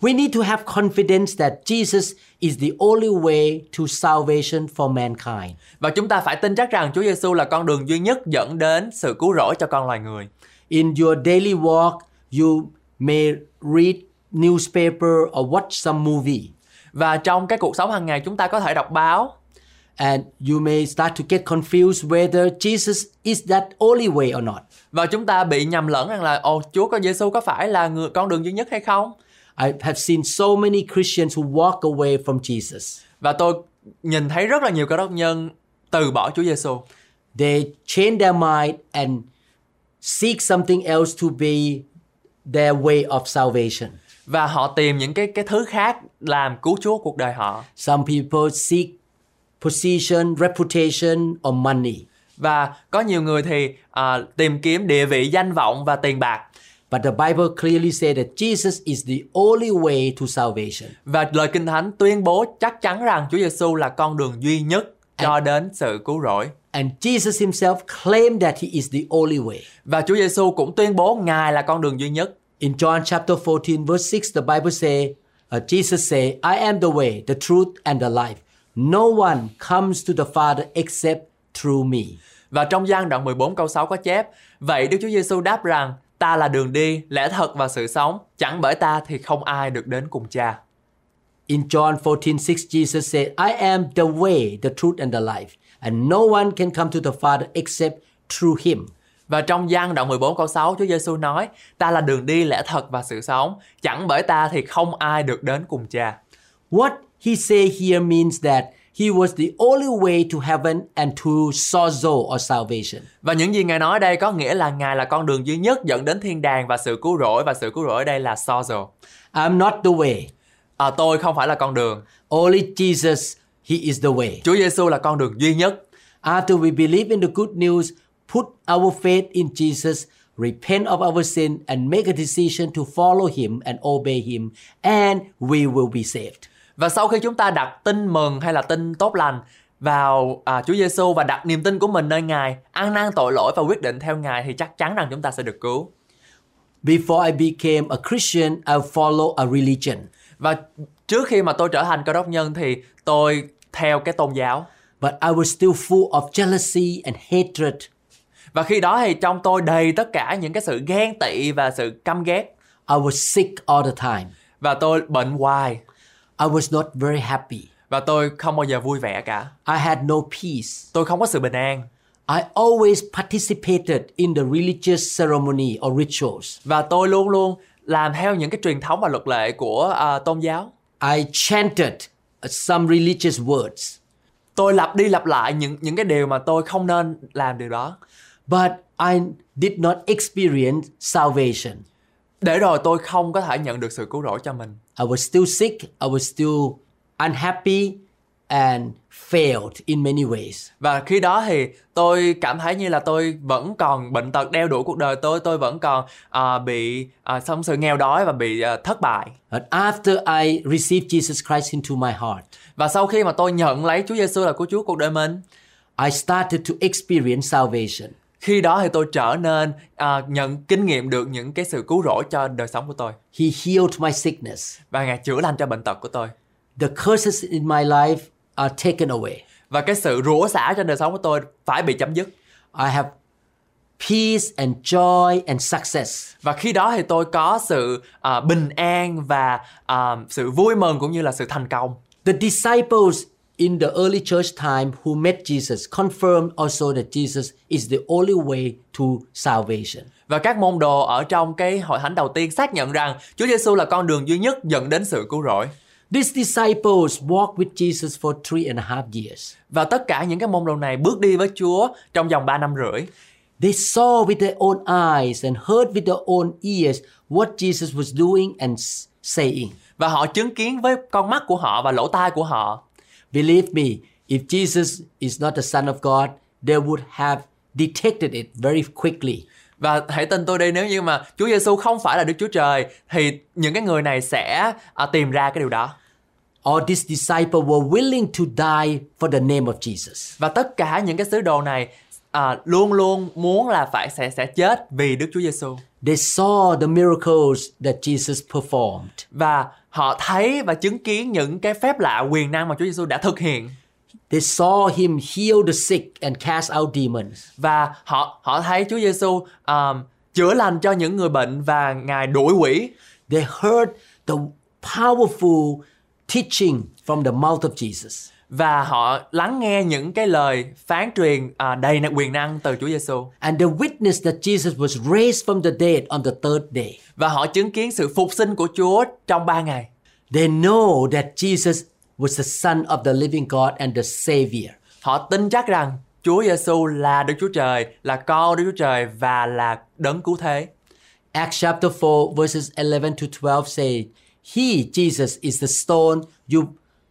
[SPEAKER 1] We need to have confidence that Jesus is the only way to salvation for mankind.
[SPEAKER 2] Và chúng ta phải tin chắc rằng Chúa Giêsu là con đường duy nhất dẫn đến sự cứu rỗi cho con loài người.
[SPEAKER 1] In your daily walk, you may read newspaper or watch some movie
[SPEAKER 2] Và trong cái cuộc sống hàng ngày chúng ta có thể đọc báo
[SPEAKER 1] and you may start to get confused whether Jesus is that only way or not.
[SPEAKER 2] và chúng ta bị nhầm lẫn rằng là ồ Chúa con Giêsu có phải là người con đường duy nhất hay không?
[SPEAKER 1] I have seen so many Christians who walk away from Jesus.
[SPEAKER 2] Và tôi nhìn thấy rất là nhiều cơ đốc nhân từ bỏ Chúa Giêsu.
[SPEAKER 1] They change their mind and seek something else to be their way of salvation.
[SPEAKER 2] và họ tìm những cái cái thứ khác làm cứu Chúa cuộc đời họ.
[SPEAKER 1] Some people seek position, reputation, or money.
[SPEAKER 2] Và có nhiều người thì à, tìm kiếm địa vị, danh vọng và tiền bạc.
[SPEAKER 1] But the Bible clearly says that Jesus is the only way to salvation.
[SPEAKER 2] Và lời Kinh Thánh tuyên bố chắc chắn rằng Chúa Giêsu là con đường duy nhất cho đến sự cứu rỗi.
[SPEAKER 1] And Jesus himself claimed that he is the only way.
[SPEAKER 2] Và Chúa Giêsu cũng tuyên bố Ngài là con đường duy nhất.
[SPEAKER 1] In John chapter 14, verse 6, the Bible say, uh, Jesus say, I am the way, the truth, and the life. No one comes to the Father except through me.
[SPEAKER 2] Và trong gian đoạn 14 câu 6 có chép, vậy Đức Chúa Giêsu đáp rằng, ta là đường đi, lẽ thật và sự sống, chẳng bởi ta thì không ai được đến cùng cha.
[SPEAKER 1] In John 14, 6, Jesus said, I am the way, the truth, and the life. And no one can come to the Father except through him.
[SPEAKER 2] Và trong gian đoạn 14 câu 6 Chúa Giêsu nói Ta là đường đi lẽ thật và sự sống Chẳng bởi ta thì không ai được đến cùng cha
[SPEAKER 1] What he say here means that he was the only way to heaven and to sozo or salvation.
[SPEAKER 2] Và những gì Ngài nói đây có nghĩa là Ngài là con đường duy nhất dẫn đến thiên đàng và sự cứu rỗi Và sự cứu rỗi ở đây là sozo
[SPEAKER 1] I'm not the way.
[SPEAKER 2] à, Tôi không phải là con đường
[SPEAKER 1] Only Jesus, he is the way.
[SPEAKER 2] Chúa Giêsu là con đường duy nhất
[SPEAKER 1] After we believe in the good news, put our faith in Jesus, repent of our sin, and make a decision to follow Him and obey Him, and we will be saved.
[SPEAKER 2] Và sau khi chúng ta đặt tin mừng hay là tin tốt lành vào à, Chúa Giêsu và đặt niềm tin của mình nơi Ngài, ăn năn tội lỗi và quyết định theo Ngài thì chắc chắn rằng chúng ta sẽ được cứu.
[SPEAKER 1] Before I became a Christian, I follow a religion.
[SPEAKER 2] Và trước khi mà tôi trở thành cơ đốc nhân thì tôi theo cái tôn giáo.
[SPEAKER 1] But I was still full of jealousy and hatred.
[SPEAKER 2] Và khi đó thì trong tôi đầy tất cả những cái sự ghen tị và sự căm ghét
[SPEAKER 1] I was sick all the time.
[SPEAKER 2] và tôi bệnh hoài
[SPEAKER 1] I was not very happy.
[SPEAKER 2] và tôi không bao giờ vui vẻ cả.
[SPEAKER 1] I had no peace.
[SPEAKER 2] Tôi không có sự bình an
[SPEAKER 1] I always participated in the religious ceremony or rituals.
[SPEAKER 2] và tôi luôn luôn làm theo những cái truyền thống và luật lệ của à, tôn giáo.
[SPEAKER 1] I chanted some religious words,
[SPEAKER 2] Tôi lặp đi lặp lại những những cái điều mà tôi không nên làm điều đó.
[SPEAKER 1] but I did not experience salvation.
[SPEAKER 2] Để rồi tôi không có thể nhận được sự cứu rỗi cho mình.
[SPEAKER 1] I was still sick, I was still unhappy, and failed in many ways.
[SPEAKER 2] Và khi đó thì tôi cảm thấy như là tôi vẫn còn bệnh tật đeo đuổi cuộc đời tôi, tôi vẫn còn à, bị à, xong sự nghèo đói và bị à, thất bại.
[SPEAKER 1] But after I received Jesus Christ into my heart,
[SPEAKER 2] Và sau khi mà tôi nhận lấy Chúa Giêsu là cứu Chúa cuộc đời mình,
[SPEAKER 1] I started to experience salvation.
[SPEAKER 2] khi đó thì tôi trở nên à, nhận kinh nghiệm được những cái sự cứu rỗi cho đời sống của tôi
[SPEAKER 1] He healed my sickness.
[SPEAKER 2] và ngài chữa lành cho bệnh tật của tôi
[SPEAKER 1] The curses in my life are taken away.
[SPEAKER 2] và cái sự rủa xả trên đời sống của tôi phải bị chấm dứt
[SPEAKER 1] I have peace and joy and success.
[SPEAKER 2] và khi đó thì tôi có sự à, bình an và à, sự vui mừng cũng như là sự thành công
[SPEAKER 1] The disciples in the early church time who met Jesus confirmed also that Jesus is the only way to salvation.
[SPEAKER 2] và các môn đồ ở trong cái hội thánh đầu tiên xác nhận rằng Chúa Giêsu là con đường duy nhất dẫn đến sự cứu rỗi
[SPEAKER 1] These disciples walked with Jesus for three and a half years.
[SPEAKER 2] và tất cả những cái môn đồ này bước đi với Chúa trong vòng 3 năm rưỡi
[SPEAKER 1] They saw with their own eyes and heard with their own ears what Jesus was doing and s- saying.
[SPEAKER 2] và họ chứng kiến với con mắt của họ và lỗ tai của họ
[SPEAKER 1] Believe me, if Jesus is not the Son of God, they would have detected it very quickly.
[SPEAKER 2] Và hãy tin tôi đi nếu như mà Chúa Giêsu không phải là Đức Chúa Trời thì những cái người này sẽ à, tìm ra cái điều đó.
[SPEAKER 1] All these disciples were willing to die for the name of Jesus.
[SPEAKER 2] Và tất cả những cái sứ đồ này à, luôn luôn muốn là phải sẽ sẽ chết vì Đức Chúa Giêsu.
[SPEAKER 1] They saw the miracles that Jesus performed.
[SPEAKER 2] Và họ thấy và chứng kiến những cái phép lạ quyền năng mà Chúa Giêsu đã thực hiện
[SPEAKER 1] They saw him heal the sick and cast out demons.
[SPEAKER 2] và họ họ thấy Chúa Giêsu à, chữa lành cho những người bệnh và ngài đuổi quỷ
[SPEAKER 1] They heard the powerful teaching from the mouth of Jesus.
[SPEAKER 2] và họ lắng nghe những cái lời phán truyền à, đầy quyền năng từ Chúa Giêsu.
[SPEAKER 1] And they witnessed that Jesus was raised from the dead on the third day.
[SPEAKER 2] và họ chứng kiến sự phục sinh của Chúa trong 3 ngày.
[SPEAKER 1] They know that Jesus was the Son of the living God and the Savior.
[SPEAKER 2] Họ tin chắc rằng Chúa Giêsu là Đức Chúa Trời, là con Đức Chúa Trời và là đấng cứu thế.
[SPEAKER 1] Acts chapter 4, verses 11 to 12 say, He, Jesus, is the stone you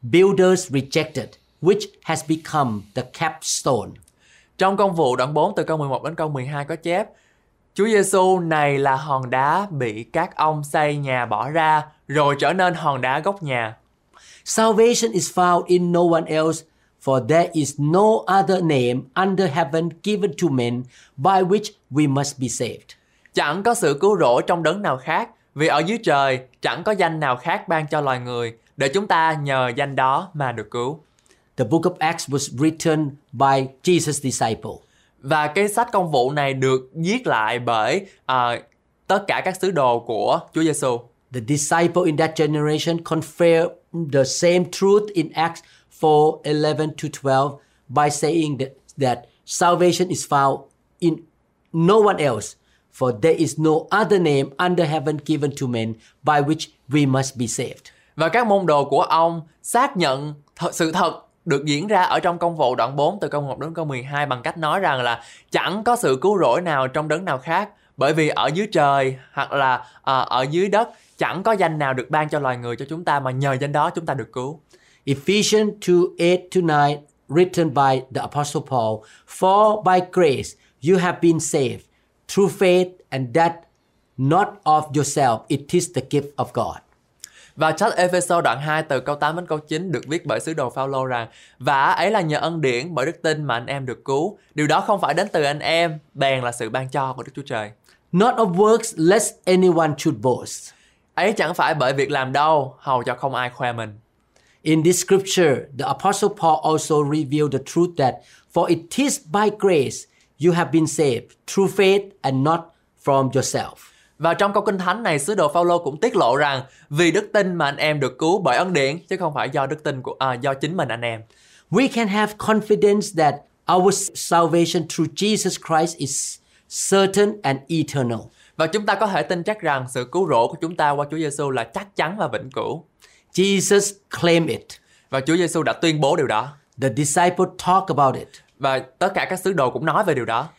[SPEAKER 1] builders rejected, which has become the capstone.
[SPEAKER 2] Trong công vụ đoạn 4 từ câu 11 đến câu 12 có chép Chúa Giêsu này là hòn đá bị các ông xây nhà bỏ ra rồi trở nên hòn đá góc nhà.
[SPEAKER 1] Salvation is found in no one else, for there is no other name under heaven given to men by which we must be saved.
[SPEAKER 2] Chẳng có sự cứu rỗi trong đấng nào khác vì ở dưới trời chẳng có danh nào khác ban cho loài người để chúng ta nhờ danh đó mà được cứu.
[SPEAKER 1] The book of Acts was written by Jesus' disciple.
[SPEAKER 2] Và cái sách công vụ này được viết lại bởi à, tất cả các sứ đồ của Chúa Giêsu.
[SPEAKER 1] The disciple in that generation confirmed the same truth in Acts 4 11 to 12 by saying that, that salvation is found in no one else, for there is no other name under heaven given to men by which we must be saved.
[SPEAKER 2] Và các môn đồ của ông xác nhận th- sự thật được diễn ra ở trong công vụ đoạn 4 từ câu 1 đến câu 12 bằng cách nói rằng là chẳng có sự cứu rỗi nào trong đấng nào khác bởi vì ở dưới trời hoặc là à, ở dưới đất chẳng có danh nào được ban cho loài người cho chúng ta mà nhờ danh đó chúng ta được cứu.
[SPEAKER 1] Ephesians 2 8 to 9, written by the Apostle Paul For by grace you have been saved through faith, and that not of yourself, it is the gift of God.
[SPEAKER 2] Và sách Ephesos đoạn 2 từ câu 8 đến câu 9 được viết bởi sứ đồ Phaolô rằng Và ấy là nhờ ân điển bởi đức tin mà anh em được cứu. Điều đó không phải đến từ anh em, bèn là sự ban cho của Đức Chúa Trời.
[SPEAKER 1] Not of works, lest anyone should boast.
[SPEAKER 2] Ấy chẳng phải bởi việc làm đâu, hầu cho không ai khoe mình.
[SPEAKER 1] In this scripture, the Apostle Paul also revealed the truth that for it is by grace you have been saved through faith and not from yourself.
[SPEAKER 2] Và trong câu kinh thánh này, sứ đồ Phaolô cũng tiết lộ rằng vì đức tin mà anh em được cứu bởi ân điển chứ không phải do đức tin của à, do chính mình anh em.
[SPEAKER 1] We can have confidence that our salvation through Jesus Christ is certain and eternal.
[SPEAKER 2] Và chúng ta có thể tin chắc rằng sự cứu rỗi của chúng ta qua Chúa Giêsu là chắc chắn và vĩnh cửu.
[SPEAKER 1] Jesus claimed it.
[SPEAKER 2] Và Chúa Giêsu đã tuyên bố điều đó.
[SPEAKER 1] The disciple talked about it.
[SPEAKER 2] Và tất cả các sứ đồ cũng nói về điều đó.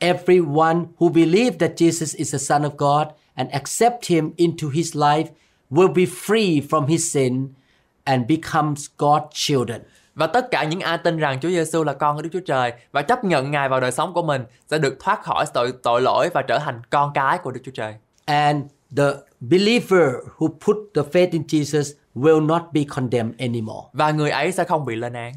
[SPEAKER 1] Everyone who believes that Jesus is the Son of God and accept him into his life will be free from his sin and becomes God's children.
[SPEAKER 2] Và tất cả những ai tin rằng Chúa Giêsu là con của Đức Chúa Trời và chấp nhận Ngài vào đời sống của mình sẽ được thoát khỏi tội tội lỗi và trở thành con cái của Đức Chúa Trời.
[SPEAKER 1] And the believer who put the faith in Jesus will not be condemned anymore.
[SPEAKER 2] Và người ấy sẽ không bị lên án.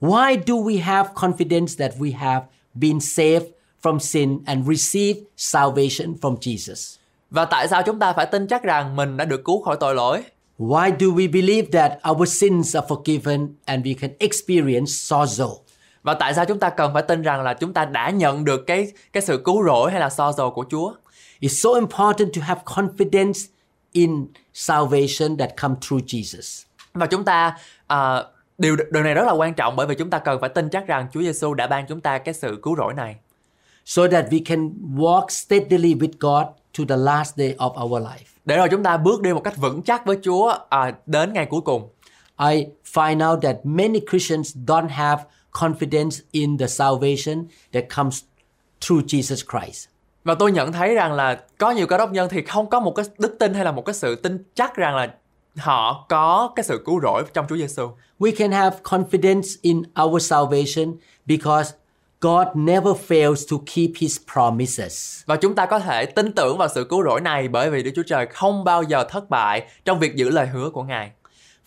[SPEAKER 1] Why do we have confidence that we have been saved from sin and received salvation from Jesus?
[SPEAKER 2] Và tại sao chúng ta phải tin chắc rằng mình đã được cứu khỏi tội lỗi?
[SPEAKER 1] Why do we believe that our sins are forgiven and we can experience sozo?
[SPEAKER 2] Và tại sao chúng ta cần phải tin rằng là chúng ta đã nhận được cái cái sự cứu rỗi hay là so dầu của Chúa?
[SPEAKER 1] It's so important to have confidence in salvation that come through Jesus.
[SPEAKER 2] Và chúng ta à, điều điều này rất là quan trọng bởi vì chúng ta cần phải tin chắc rằng Chúa Giêsu đã ban chúng ta cái sự cứu rỗi này
[SPEAKER 1] so that we can walk steadily with God to the last day of our life.
[SPEAKER 2] để rồi chúng ta bước đi một cách vững chắc với Chúa à, đến ngày cuối cùng.
[SPEAKER 1] I find out that many Christians don't have confidence in the salvation that comes through Jesus Christ.
[SPEAKER 2] Và tôi nhận thấy rằng là có nhiều cơ đốc nhân thì không có một cái đức tin hay là một cái sự tin chắc rằng là họ có cái sự cứu rỗi trong Chúa Giêsu.
[SPEAKER 1] We can have confidence in our salvation because God never fails to keep his promises.
[SPEAKER 2] Và chúng ta có thể tin tưởng vào sự cứu rỗi này bởi vì Đức Chúa Trời không bao giờ thất bại trong việc giữ lời hứa của Ngài.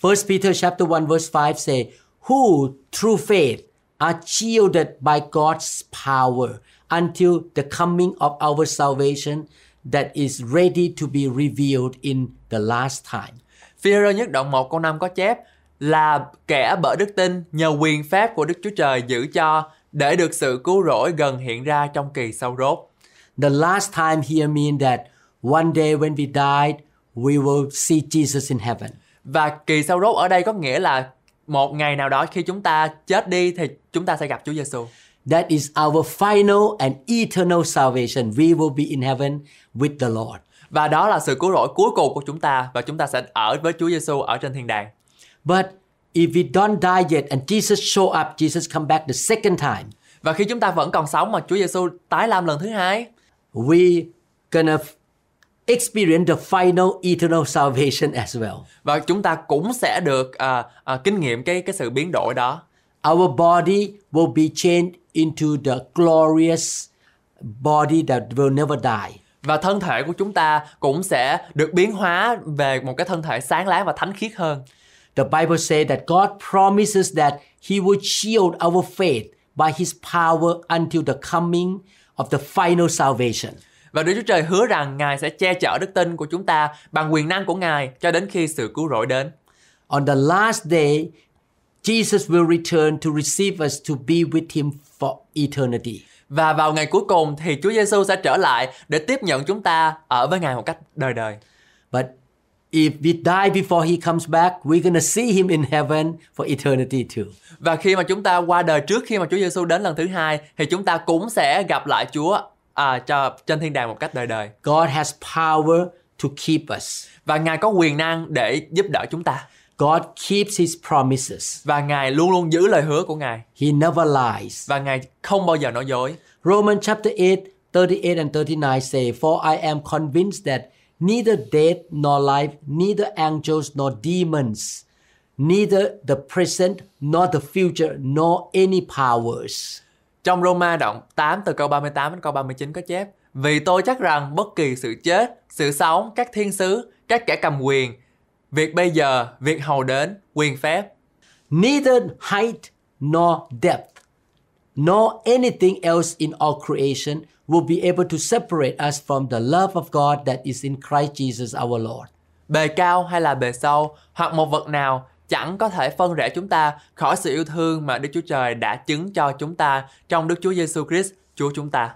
[SPEAKER 1] 1 Peter chapter 1 verse 5 say, "Who through faith are shielded by God's power until the coming of our salvation that is ready to be revealed in the last time."
[SPEAKER 2] Phi-e-rơ nhất đoạn 1 câu 5 có chép là kẻ bởi đức tin nhờ quyền phép của Đức Chúa Trời giữ cho để được sự cứu rỗi gần hiện ra trong kỳ sau rốt.
[SPEAKER 1] The last time here mean that one day when we died, we will see Jesus in heaven.
[SPEAKER 2] Và kỳ sau rốt ở đây có nghĩa là một ngày nào đó khi chúng ta chết đi thì chúng ta sẽ gặp Chúa Giêsu.
[SPEAKER 1] That is our final and eternal salvation. We will be in heaven with the Lord.
[SPEAKER 2] Và đó là sự cứu rỗi cuối cùng của chúng ta và chúng ta sẽ ở với Chúa Giêsu ở trên thiên đàng.
[SPEAKER 1] But if we don't die yet and Jesus show up, Jesus come back the second time,
[SPEAKER 2] Và khi chúng ta vẫn còn sống mà Chúa Giêsu tái làm lần thứ hai
[SPEAKER 1] we gonna f- experience the final eternal salvation as well.
[SPEAKER 2] và chúng ta cũng sẽ được à, à, kinh nghiệm cái cái sự biến đổi đó.
[SPEAKER 1] Our body will be changed into the glorious body that will never die.
[SPEAKER 2] Và thân thể của chúng ta cũng sẽ được biến hóa về một cái thân thể sáng láng và thánh khiết hơn.
[SPEAKER 1] The Bible says that God promises that He will shield our faith by His power until the coming of the final salvation.
[SPEAKER 2] Và Đức Chúa Trời hứa rằng Ngài sẽ che chở đức tin của chúng ta bằng quyền năng của Ngài cho đến khi sự cứu rỗi đến.
[SPEAKER 1] On the last day, Jesus will return to receive us to be with Him for eternity.
[SPEAKER 2] Và vào ngày cuối cùng thì Chúa Giêsu sẽ trở lại để tiếp nhận chúng ta ở với Ngài một cách đời đời.
[SPEAKER 1] But if we die before He comes back, we're going to see Him in heaven for eternity too.
[SPEAKER 2] Và khi mà chúng ta qua đời trước khi mà Chúa Giêsu đến lần thứ hai thì chúng ta cũng sẽ gặp lại Chúa à, cho trên thiên đàng một cách đời đời.
[SPEAKER 1] God has power to keep us,
[SPEAKER 2] Và Ngài có quyền năng để giúp đỡ chúng ta
[SPEAKER 1] God keeps His promises.
[SPEAKER 2] và Ngài luôn luôn giữ lời hứa của Ngài
[SPEAKER 1] He never lies.
[SPEAKER 2] và Ngài không bao giờ nói dối.
[SPEAKER 1] Romans chapter 8, 38 and 39 say, For I am convinced that neither death nor life, neither angels nor demons, neither the present nor the future, nor any powers.
[SPEAKER 2] Trong Roma đoạn 8 từ câu 38 đến câu 39 có chép Vì tôi chắc rằng bất kỳ sự chết, sự sống, các thiên sứ, các kẻ cầm quyền, việc bây giờ, việc hầu đến, quyền phép,
[SPEAKER 1] Neither height nor depth, nor anything else in all creation will be able to separate us from the love of God that is in Christ Jesus our Lord.
[SPEAKER 2] bề cao hay là bề sâu, hoặc một vật nào chẳng có thể phân rẽ chúng ta khỏi sự yêu thương mà Đức Chúa Trời đã chứng cho chúng ta trong Đức Chúa Giêsu Christ, Chúa chúng ta.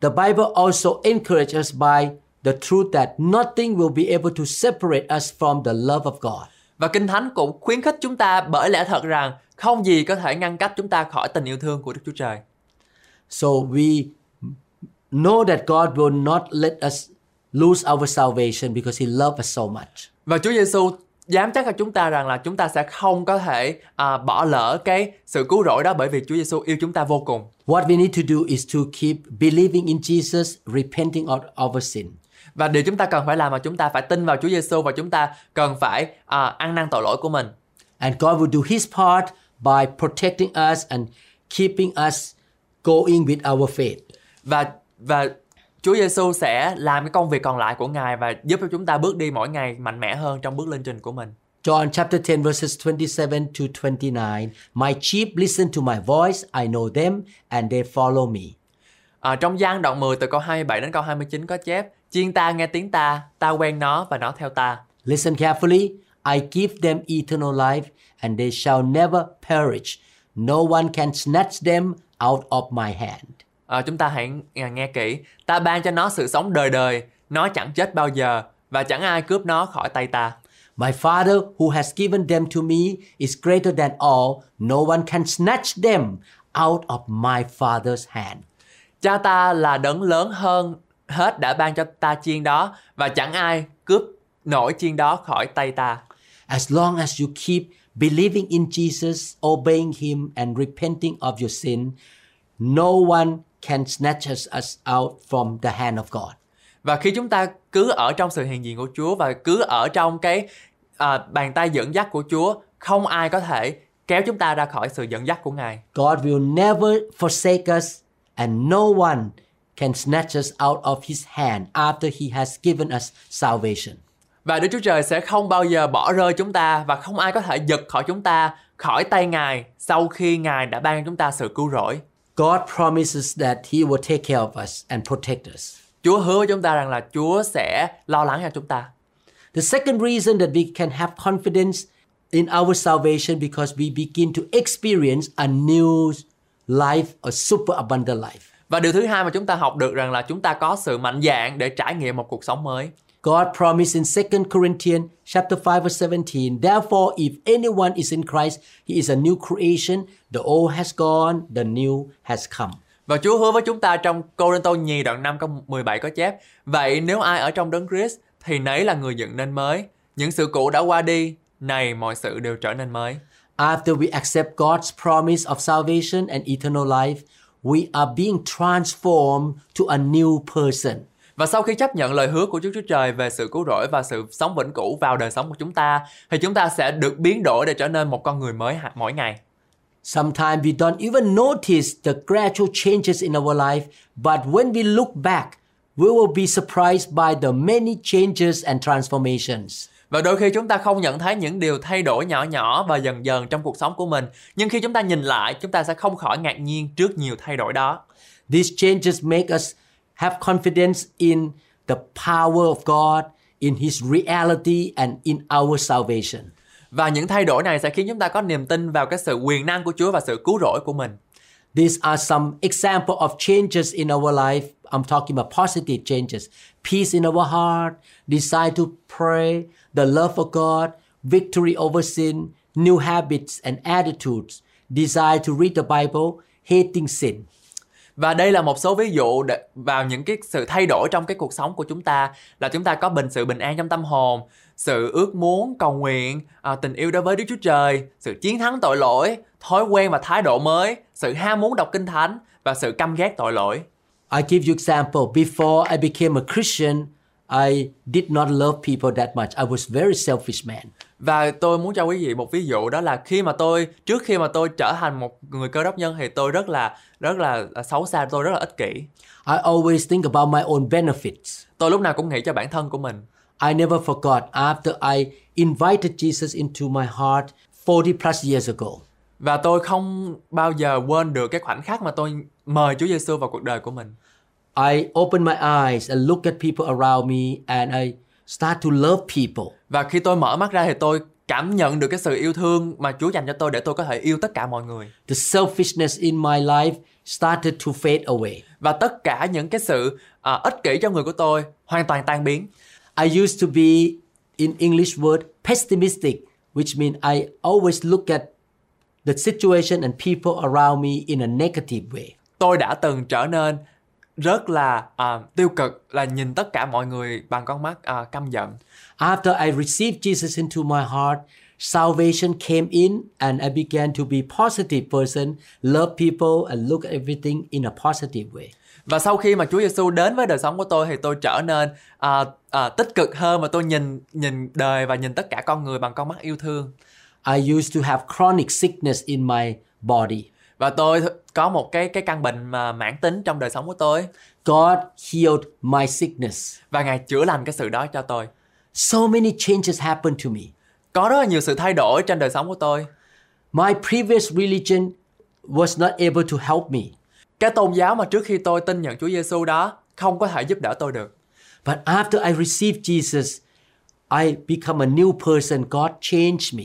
[SPEAKER 1] The Bible also encourages us by the truth that nothing will be able to separate us from the love of God.
[SPEAKER 2] Và Kinh Thánh cũng khuyến khích chúng ta bởi lẽ thật rằng không gì có thể ngăn cách chúng ta khỏi tình yêu thương của Đức Chúa Trời.
[SPEAKER 1] So we know that God will not let us lose our salvation because He loved us so much.
[SPEAKER 2] Và Chúa Giêsu dám chắc cho chúng ta rằng là chúng ta sẽ không có thể à, bỏ lỡ cái sự cứu rỗi đó bởi vì Chúa Giêsu yêu chúng ta vô cùng.
[SPEAKER 1] What we need to do is to keep believing in Jesus, repenting of our sin.
[SPEAKER 2] Và điều chúng ta cần phải làm là chúng ta phải tin vào Chúa Giêsu và chúng ta cần phải à, ăn năn tội lỗi của mình.
[SPEAKER 1] And God will do His part by protecting us and keeping us going with our faith.
[SPEAKER 2] Và và Chúa Giêsu sẽ làm cái công việc còn lại của Ngài và giúp cho chúng ta bước đi mỗi ngày mạnh mẽ hơn trong bước lên trình của mình.
[SPEAKER 1] John chapter 10, verses 27 to 29. My sheep listen to my voice, I know them, and they follow me.
[SPEAKER 2] À, trong gian đoạn 10 từ câu 27 đến câu 29 có chép Chiên ta nghe tiếng ta, ta quen nó và nó theo ta.
[SPEAKER 1] Listen carefully. I give them eternal life, and they shall never perish. No one can snatch them out of my hand.
[SPEAKER 2] À, chúng ta hãy nghe, nghe kỹ. Ta ban cho nó sự sống đời đời, nó chẳng chết bao giờ và chẳng ai cướp nó khỏi tay ta.
[SPEAKER 1] My Father, who has given them to me, is greater than all. No one can snatch them out of my Father's hand.
[SPEAKER 2] Cha ta là đấng lớn hơn hết đã ban cho ta chiên đó và chẳng ai cướp nổi chiên đó khỏi tay ta.
[SPEAKER 1] As long as you keep believing in Jesus, obeying Him, and repenting of your sin, no one can snatch us, us out from the hand of God.
[SPEAKER 2] Và khi chúng ta cứ ở trong sự hiện diện của Chúa và cứ ở trong cái à, bàn tay dẫn dắt của Chúa, không ai có thể kéo chúng ta ra khỏi sự dẫn dắt của Ngài.
[SPEAKER 1] God will never forsake us, and no one can snatch us out of His hand after He has given us salvation.
[SPEAKER 2] Và Đức Chúa Trời sẽ không bao giờ bỏ rơi chúng ta và không ai có thể giật khỏi chúng ta khỏi tay Ngài sau khi Ngài đã ban cho chúng ta sự cứu rỗi.
[SPEAKER 1] God promises that He will take care of us and protect us.
[SPEAKER 2] Chúa hứa với chúng ta rằng là Chúa sẽ lo lắng cho chúng ta.
[SPEAKER 1] The second reason that we can have confidence in our salvation because we begin to experience a new life, a super abundant life.
[SPEAKER 2] Và điều thứ hai mà chúng ta học được rằng là chúng ta có sự mạnh dạn để trải nghiệm một cuộc sống mới.
[SPEAKER 1] God promised in 2 Corinthians chapter 5 verse 17, Therefore, if anyone is in Christ, he is a new creation. The old has gone, the new has come.
[SPEAKER 2] Và Chúa hứa với chúng ta trong Cô-rinh-tô nhì đoạn 5 câu 17 có chép Vậy nếu ai ở trong đấng Christ thì nấy là người dựng nên mới. Những sự cũ đã qua đi, này mọi sự đều trở nên mới.
[SPEAKER 1] After we accept God's promise of salvation and eternal life, we are being transformed to a new person.
[SPEAKER 2] Và sau khi chấp nhận lời hứa của Chúa Chúa Trời về sự cứu rỗi và sự sống vĩnh cửu vào đời sống của chúng ta thì chúng ta sẽ được biến đổi để trở nên một con người mới hạt- mỗi ngày.
[SPEAKER 1] Sometimes we don't even notice the gradual changes in our life, but when we look back, we will be surprised by the many changes and transformations.
[SPEAKER 2] Và đôi khi chúng ta không nhận thấy những điều thay đổi nhỏ nhỏ và dần dần trong cuộc sống của mình, nhưng khi chúng ta nhìn lại, chúng ta sẽ không khỏi ngạc nhiên trước nhiều thay đổi đó.
[SPEAKER 1] These changes make us have confidence in the power of God, in His reality, and in our salvation.
[SPEAKER 2] Và những thay đổi này sẽ khiến chúng ta có niềm tin vào cái sự quyền năng của Chúa và sự cứu rỗi của mình.
[SPEAKER 1] These are some example of changes in our life. I'm talking about positive changes. Peace in our heart, desire to pray, the love of God, victory over sin, new habits and attitudes, desire to read the Bible, hating sin.
[SPEAKER 2] Và đây là một số ví dụ để, vào những cái sự thay đổi trong cái cuộc sống của chúng ta là chúng ta có bình sự bình an trong tâm hồn, sự ước muốn cầu nguyện, à, tình yêu đối với Đức Chúa Trời, sự chiến thắng tội lỗi, thói quen và thái độ mới, sự ham muốn đọc kinh thánh và sự căm ghét tội lỗi.
[SPEAKER 1] I give you example. Before I became a Christian, I did not love people that much. I was very selfish man.
[SPEAKER 2] Và tôi muốn cho quý vị một ví dụ đó là khi mà tôi trước khi mà tôi trở thành một người cơ đốc nhân thì tôi rất là rất là à, xấu xa, tôi rất là ích kỷ.
[SPEAKER 1] I always think about my own benefits.
[SPEAKER 2] Tôi lúc nào cũng nghĩ cho bản thân của mình.
[SPEAKER 1] I never forgot after I invited Jesus into my heart 40 plus years ago.
[SPEAKER 2] Và tôi không bao giờ quên được cái khoảnh khắc mà tôi mời Chúa Giêsu vào cuộc đời của mình.
[SPEAKER 1] I opened my eyes and looked at people around me and I start to love people.
[SPEAKER 2] Và khi tôi mở mắt ra thì tôi cảm nhận được cái sự yêu thương mà Chúa dành cho tôi để tôi có thể yêu tất cả mọi người.
[SPEAKER 1] The selfishness in my life started to fade away.
[SPEAKER 2] Và tất cả những cái sự à, ích kỷ trong người của tôi hoàn toàn tan biến.
[SPEAKER 1] I used to be in English word pessimistic, which means I always look at the situation and people around me in a negative way.
[SPEAKER 2] Tôi đã từng trở nên rất là à, tiêu cực là nhìn tất cả mọi người bằng con mắt à, căm giận.
[SPEAKER 1] After I received Jesus into my heart, salvation came in and I began to be positive person, love people and look at everything in a positive way.
[SPEAKER 2] Và sau khi mà Chúa Giêsu đến với đời sống của tôi thì tôi trở nên à, à, tích cực hơn và tôi nhìn nhìn đời và nhìn tất cả con người bằng con mắt yêu thương.
[SPEAKER 1] I used to have chronic sickness in my body.
[SPEAKER 2] Và tôi th- có một cái cái căn bệnh mà mãn tính trong đời sống của tôi
[SPEAKER 1] God healed my sickness.
[SPEAKER 2] và Ngài chữa lành cái sự đó cho tôi.
[SPEAKER 1] So many changes happened to me.
[SPEAKER 2] Có rất là nhiều sự thay đổi trên đời sống của tôi.
[SPEAKER 1] My previous religion was not able to help me.
[SPEAKER 2] Cái tôn giáo mà trước khi tôi tin nhận Chúa Giêsu đó không có thể giúp đỡ tôi được.
[SPEAKER 1] But after I received Jesus, I become a new person. God changed me.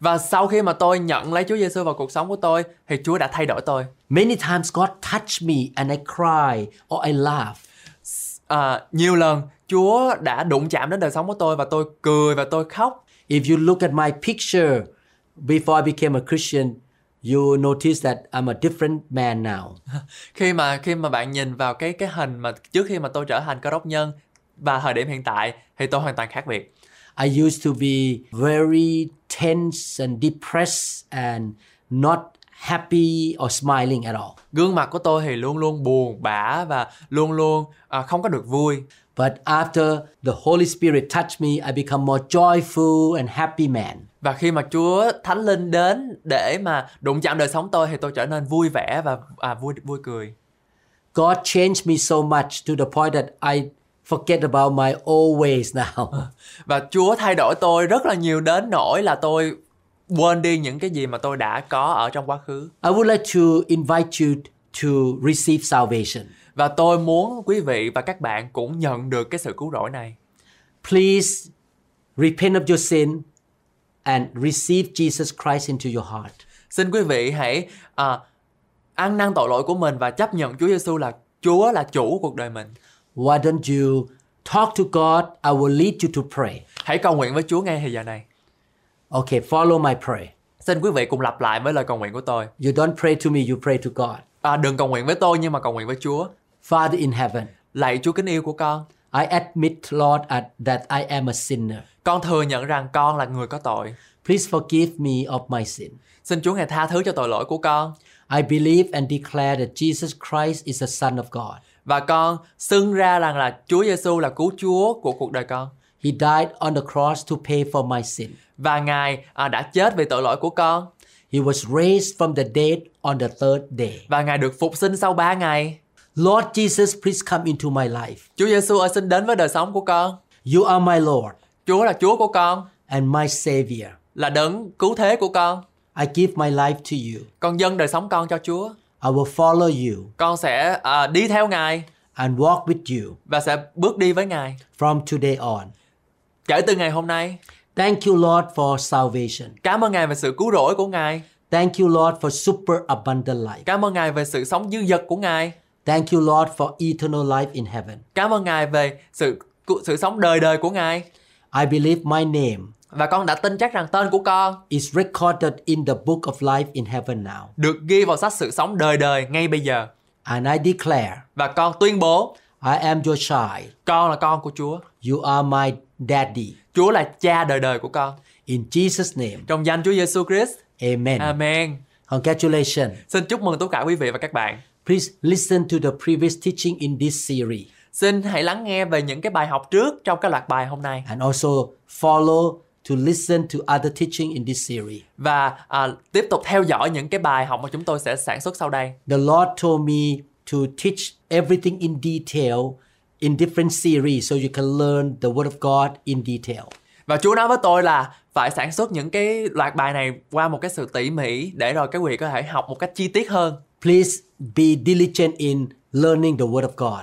[SPEAKER 2] Và sau khi mà tôi nhận lấy Chúa Giêsu vào cuộc sống của tôi thì Chúa đã thay đổi tôi.
[SPEAKER 1] Many times God touched me and I cry or I laugh.
[SPEAKER 2] À, nhiều lần Chúa đã đụng chạm đến đời sống của tôi và tôi cười và tôi khóc.
[SPEAKER 1] If you look at my picture before I became a Christian, you will notice that I'm a different man now.
[SPEAKER 2] Khi mà khi mà bạn nhìn vào cái cái hình mà trước khi mà tôi trở thành cơ đốc nhân và thời điểm hiện tại thì tôi hoàn toàn khác biệt.
[SPEAKER 1] I used to be very tense and depressed and not happy or smiling at all.
[SPEAKER 2] Gương mặt của tôi thì luôn luôn buồn bã và luôn luôn à, không có được vui.
[SPEAKER 1] But after the Holy Spirit touched me, I become more joyful and happy man.
[SPEAKER 2] Và khi mà Chúa Thánh Linh đến để mà đụng chạm đời sống tôi thì tôi trở nên vui vẻ và à, vui vui cười.
[SPEAKER 1] God changed me so much to the point that I forget about my old ways now.
[SPEAKER 2] Và Chúa thay đổi tôi rất là nhiều đến nỗi là tôi quên đi những cái gì mà tôi đã có ở trong quá khứ.
[SPEAKER 1] I would like to invite you to receive salvation.
[SPEAKER 2] Và tôi muốn quý vị và các bạn cũng nhận được cái sự cứu rỗi này.
[SPEAKER 1] Please repent of your sin and receive Jesus Christ into your heart.
[SPEAKER 2] Xin quý vị hãy à, ăn năn tội lỗi của mình và chấp nhận Chúa Giêsu là Chúa là chủ cuộc đời mình.
[SPEAKER 1] Why don't you talk to God? I will lead you to pray.
[SPEAKER 2] Hãy cầu nguyện với Chúa ngay thời giờ này.
[SPEAKER 1] Okay, follow my prayer.
[SPEAKER 2] Xin quý vị cùng lặp lại với lời cầu nguyện của tôi.
[SPEAKER 1] You don't pray to me, you pray to God.
[SPEAKER 2] À, đừng cầu nguyện với tôi nhưng mà cầu nguyện với Chúa.
[SPEAKER 1] Father in heaven,
[SPEAKER 2] Lạy Chúa kính yêu của con,
[SPEAKER 1] I admit, Lord, at- that I am a sinner.
[SPEAKER 2] con thừa nhận rằng con là người có tội.
[SPEAKER 1] Please forgive me of my sin.
[SPEAKER 2] Xin Chúa ngài tha thứ cho tội lỗi của con
[SPEAKER 1] I believe and declare that Jesus Christ is the Son of God.
[SPEAKER 2] và con xưng ra rằng là Chúa Giêsu là cứu Chúa của cuộc đời con
[SPEAKER 1] He died on the cross to pay for my sin.
[SPEAKER 2] và ngài à, đã chết vì tội lỗi của con
[SPEAKER 1] He was raised from the dead on the third day.
[SPEAKER 2] và ngài được phục sinh sau 3 ngày.
[SPEAKER 1] Lord Jesus, please come into my life.
[SPEAKER 2] Chúa Giêsu ơi xin đến với đời sống của con.
[SPEAKER 1] You are my Lord
[SPEAKER 2] Chúa là Chúa của con,
[SPEAKER 1] and my Savior.
[SPEAKER 2] là đấng cứu thế của con.
[SPEAKER 1] I give my life to you.
[SPEAKER 2] Con dâng đời sống con cho Chúa.
[SPEAKER 1] I will follow you
[SPEAKER 2] Con sẽ à, đi theo Ngài
[SPEAKER 1] and walk with you
[SPEAKER 2] và sẽ bước đi với Ngài
[SPEAKER 1] from today on.
[SPEAKER 2] kể từ ngày hôm nay.
[SPEAKER 1] Thank you, Lord, for salvation.
[SPEAKER 2] Cảm ơn Ngài về sự cứu rỗi của Ngài.
[SPEAKER 1] Thank you, Lord, for super abundant life.
[SPEAKER 2] Cảm ơn Ngài về sự sống dư dật của Ngài.
[SPEAKER 1] Thank you, Lord, for eternal life in heaven.
[SPEAKER 2] Cảm ơn Ngài về sự sự sống đời đời của Ngài.
[SPEAKER 1] I believe my name
[SPEAKER 2] Và con đã tin chắc rằng tên của con
[SPEAKER 1] is recorded in the book of life in heaven now.
[SPEAKER 2] được ghi vào sách sự sống đời đời ngay bây giờ.
[SPEAKER 1] And I declare,
[SPEAKER 2] Và con tuyên bố
[SPEAKER 1] I am your child.
[SPEAKER 2] con là con của Chúa.
[SPEAKER 1] You are my daddy.
[SPEAKER 2] Chúa là cha đời đời của con.
[SPEAKER 1] In Jesus' name,
[SPEAKER 2] Trong danh Chúa Giêsu Christ.
[SPEAKER 1] amen.
[SPEAKER 2] Amen.
[SPEAKER 1] Congratulations.
[SPEAKER 2] Xin chúc mừng tất cả quý vị và các bạn.
[SPEAKER 1] Please listen to the previous teaching in this series
[SPEAKER 2] Xin hãy lắng nghe về những cái bài học trước trong cái loạt bài hôm nay
[SPEAKER 1] and also follow to listen to other teaching in this series.
[SPEAKER 2] và à, tiếp tục theo dõi những cái bài học mà chúng tôi sẽ sản xuất sau đây.
[SPEAKER 1] The Lord told me to teach everything in detail in different series so you can learn the Word of God in detail.
[SPEAKER 2] Và Chúa nói với tôi là phải sản xuất những cái loạt bài này qua một cái sự tỉ mỉ để rồi các vị có thể học một cách chi tiết hơn.
[SPEAKER 1] Please be diligent in learning the Word of God.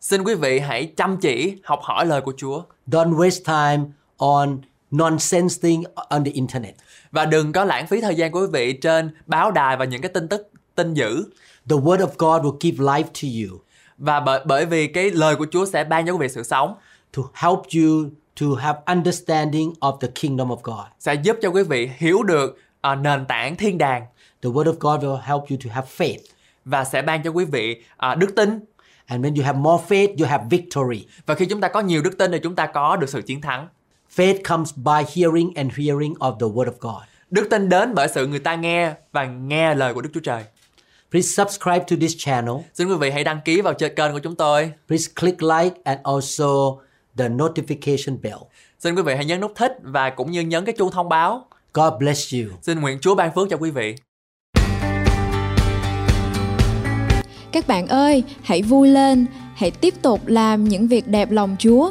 [SPEAKER 2] Xin quý vị hãy chăm chỉ học hỏi lời của Chúa
[SPEAKER 1] Don't waste time on nonsense thing on the internet.
[SPEAKER 2] và đừng có lãng phí thời gian của quý vị trên báo đài và những cái tin tức tin dữ
[SPEAKER 1] The Word of God will give life to you
[SPEAKER 2] và bởi bởi vì cái lời của Chúa sẽ ban cho quý vị sự sống
[SPEAKER 1] to help you to have understanding of the kingdom of God.
[SPEAKER 2] sẽ giúp cho quý vị hiểu được à, nền tảng thiên đàng
[SPEAKER 1] The Word of God will help you to have faith
[SPEAKER 2] và sẽ ban cho quý vị à, đức tin
[SPEAKER 1] And when you have more faith, you have victory.
[SPEAKER 2] Và khi chúng ta có nhiều đức tin thì chúng ta có được sự chiến thắng.
[SPEAKER 1] Faith comes by hearing and hearing of the Word of God.
[SPEAKER 2] Đức tin đến bởi sự người ta nghe và nghe lời của Đức Chúa Trời.
[SPEAKER 1] Please subscribe to this channel.
[SPEAKER 2] Xin quý vị hãy đăng ký vào trên kênh của chúng tôi.
[SPEAKER 1] Please click like and also the notification bell.
[SPEAKER 2] Xin quý vị hãy nhấn nút thích và cũng như nhấn cái chuông thông báo.
[SPEAKER 1] God bless you.
[SPEAKER 2] Xin nguyện Chúa ban phước cho quý vị.
[SPEAKER 3] Các bạn ơi, hãy vui lên, hãy tiếp tục làm những việc đẹp lòng Chúa.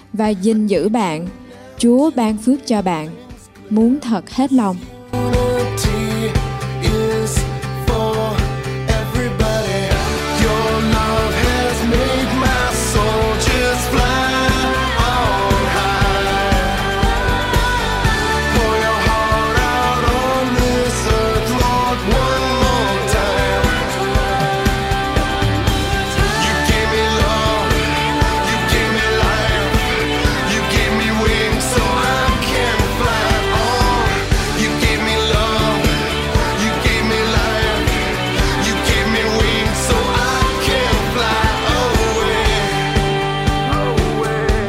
[SPEAKER 3] và gìn giữ bạn. Chúa ban phước cho bạn. Muốn thật hết lòng.
[SPEAKER 4] Unity is for everybody. Your love has made my soul just fly on high. Pour your heart out on this earth, Lord, one more time. You gave me love, you gave me life. You gave me wings so I can fly on. You gave me love. You gave me life. You gave me wings so I can fly away. Away.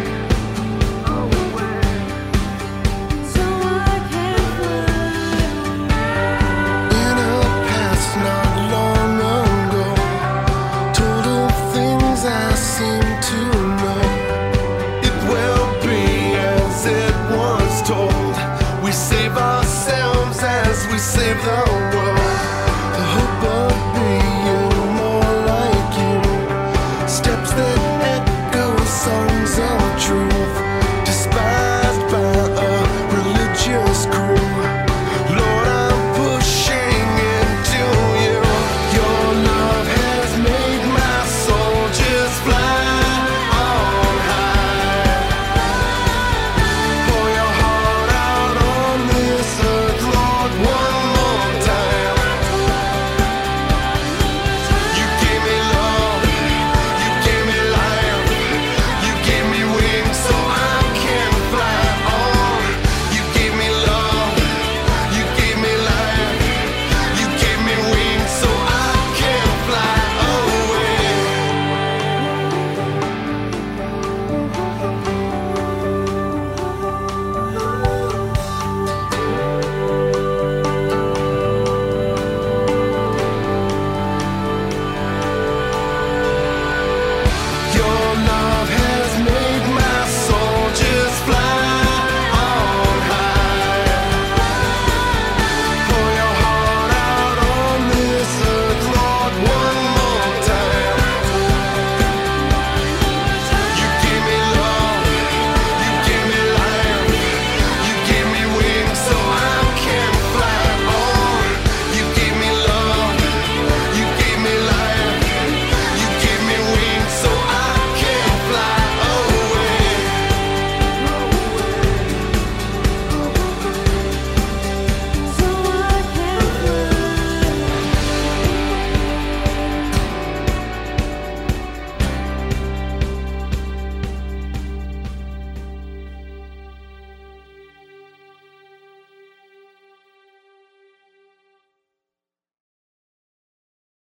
[SPEAKER 5] So I can fly.
[SPEAKER 4] In a past not long ago, told of things I seem to know. It will be as it was told. We save ourselves as we save the world. Oh,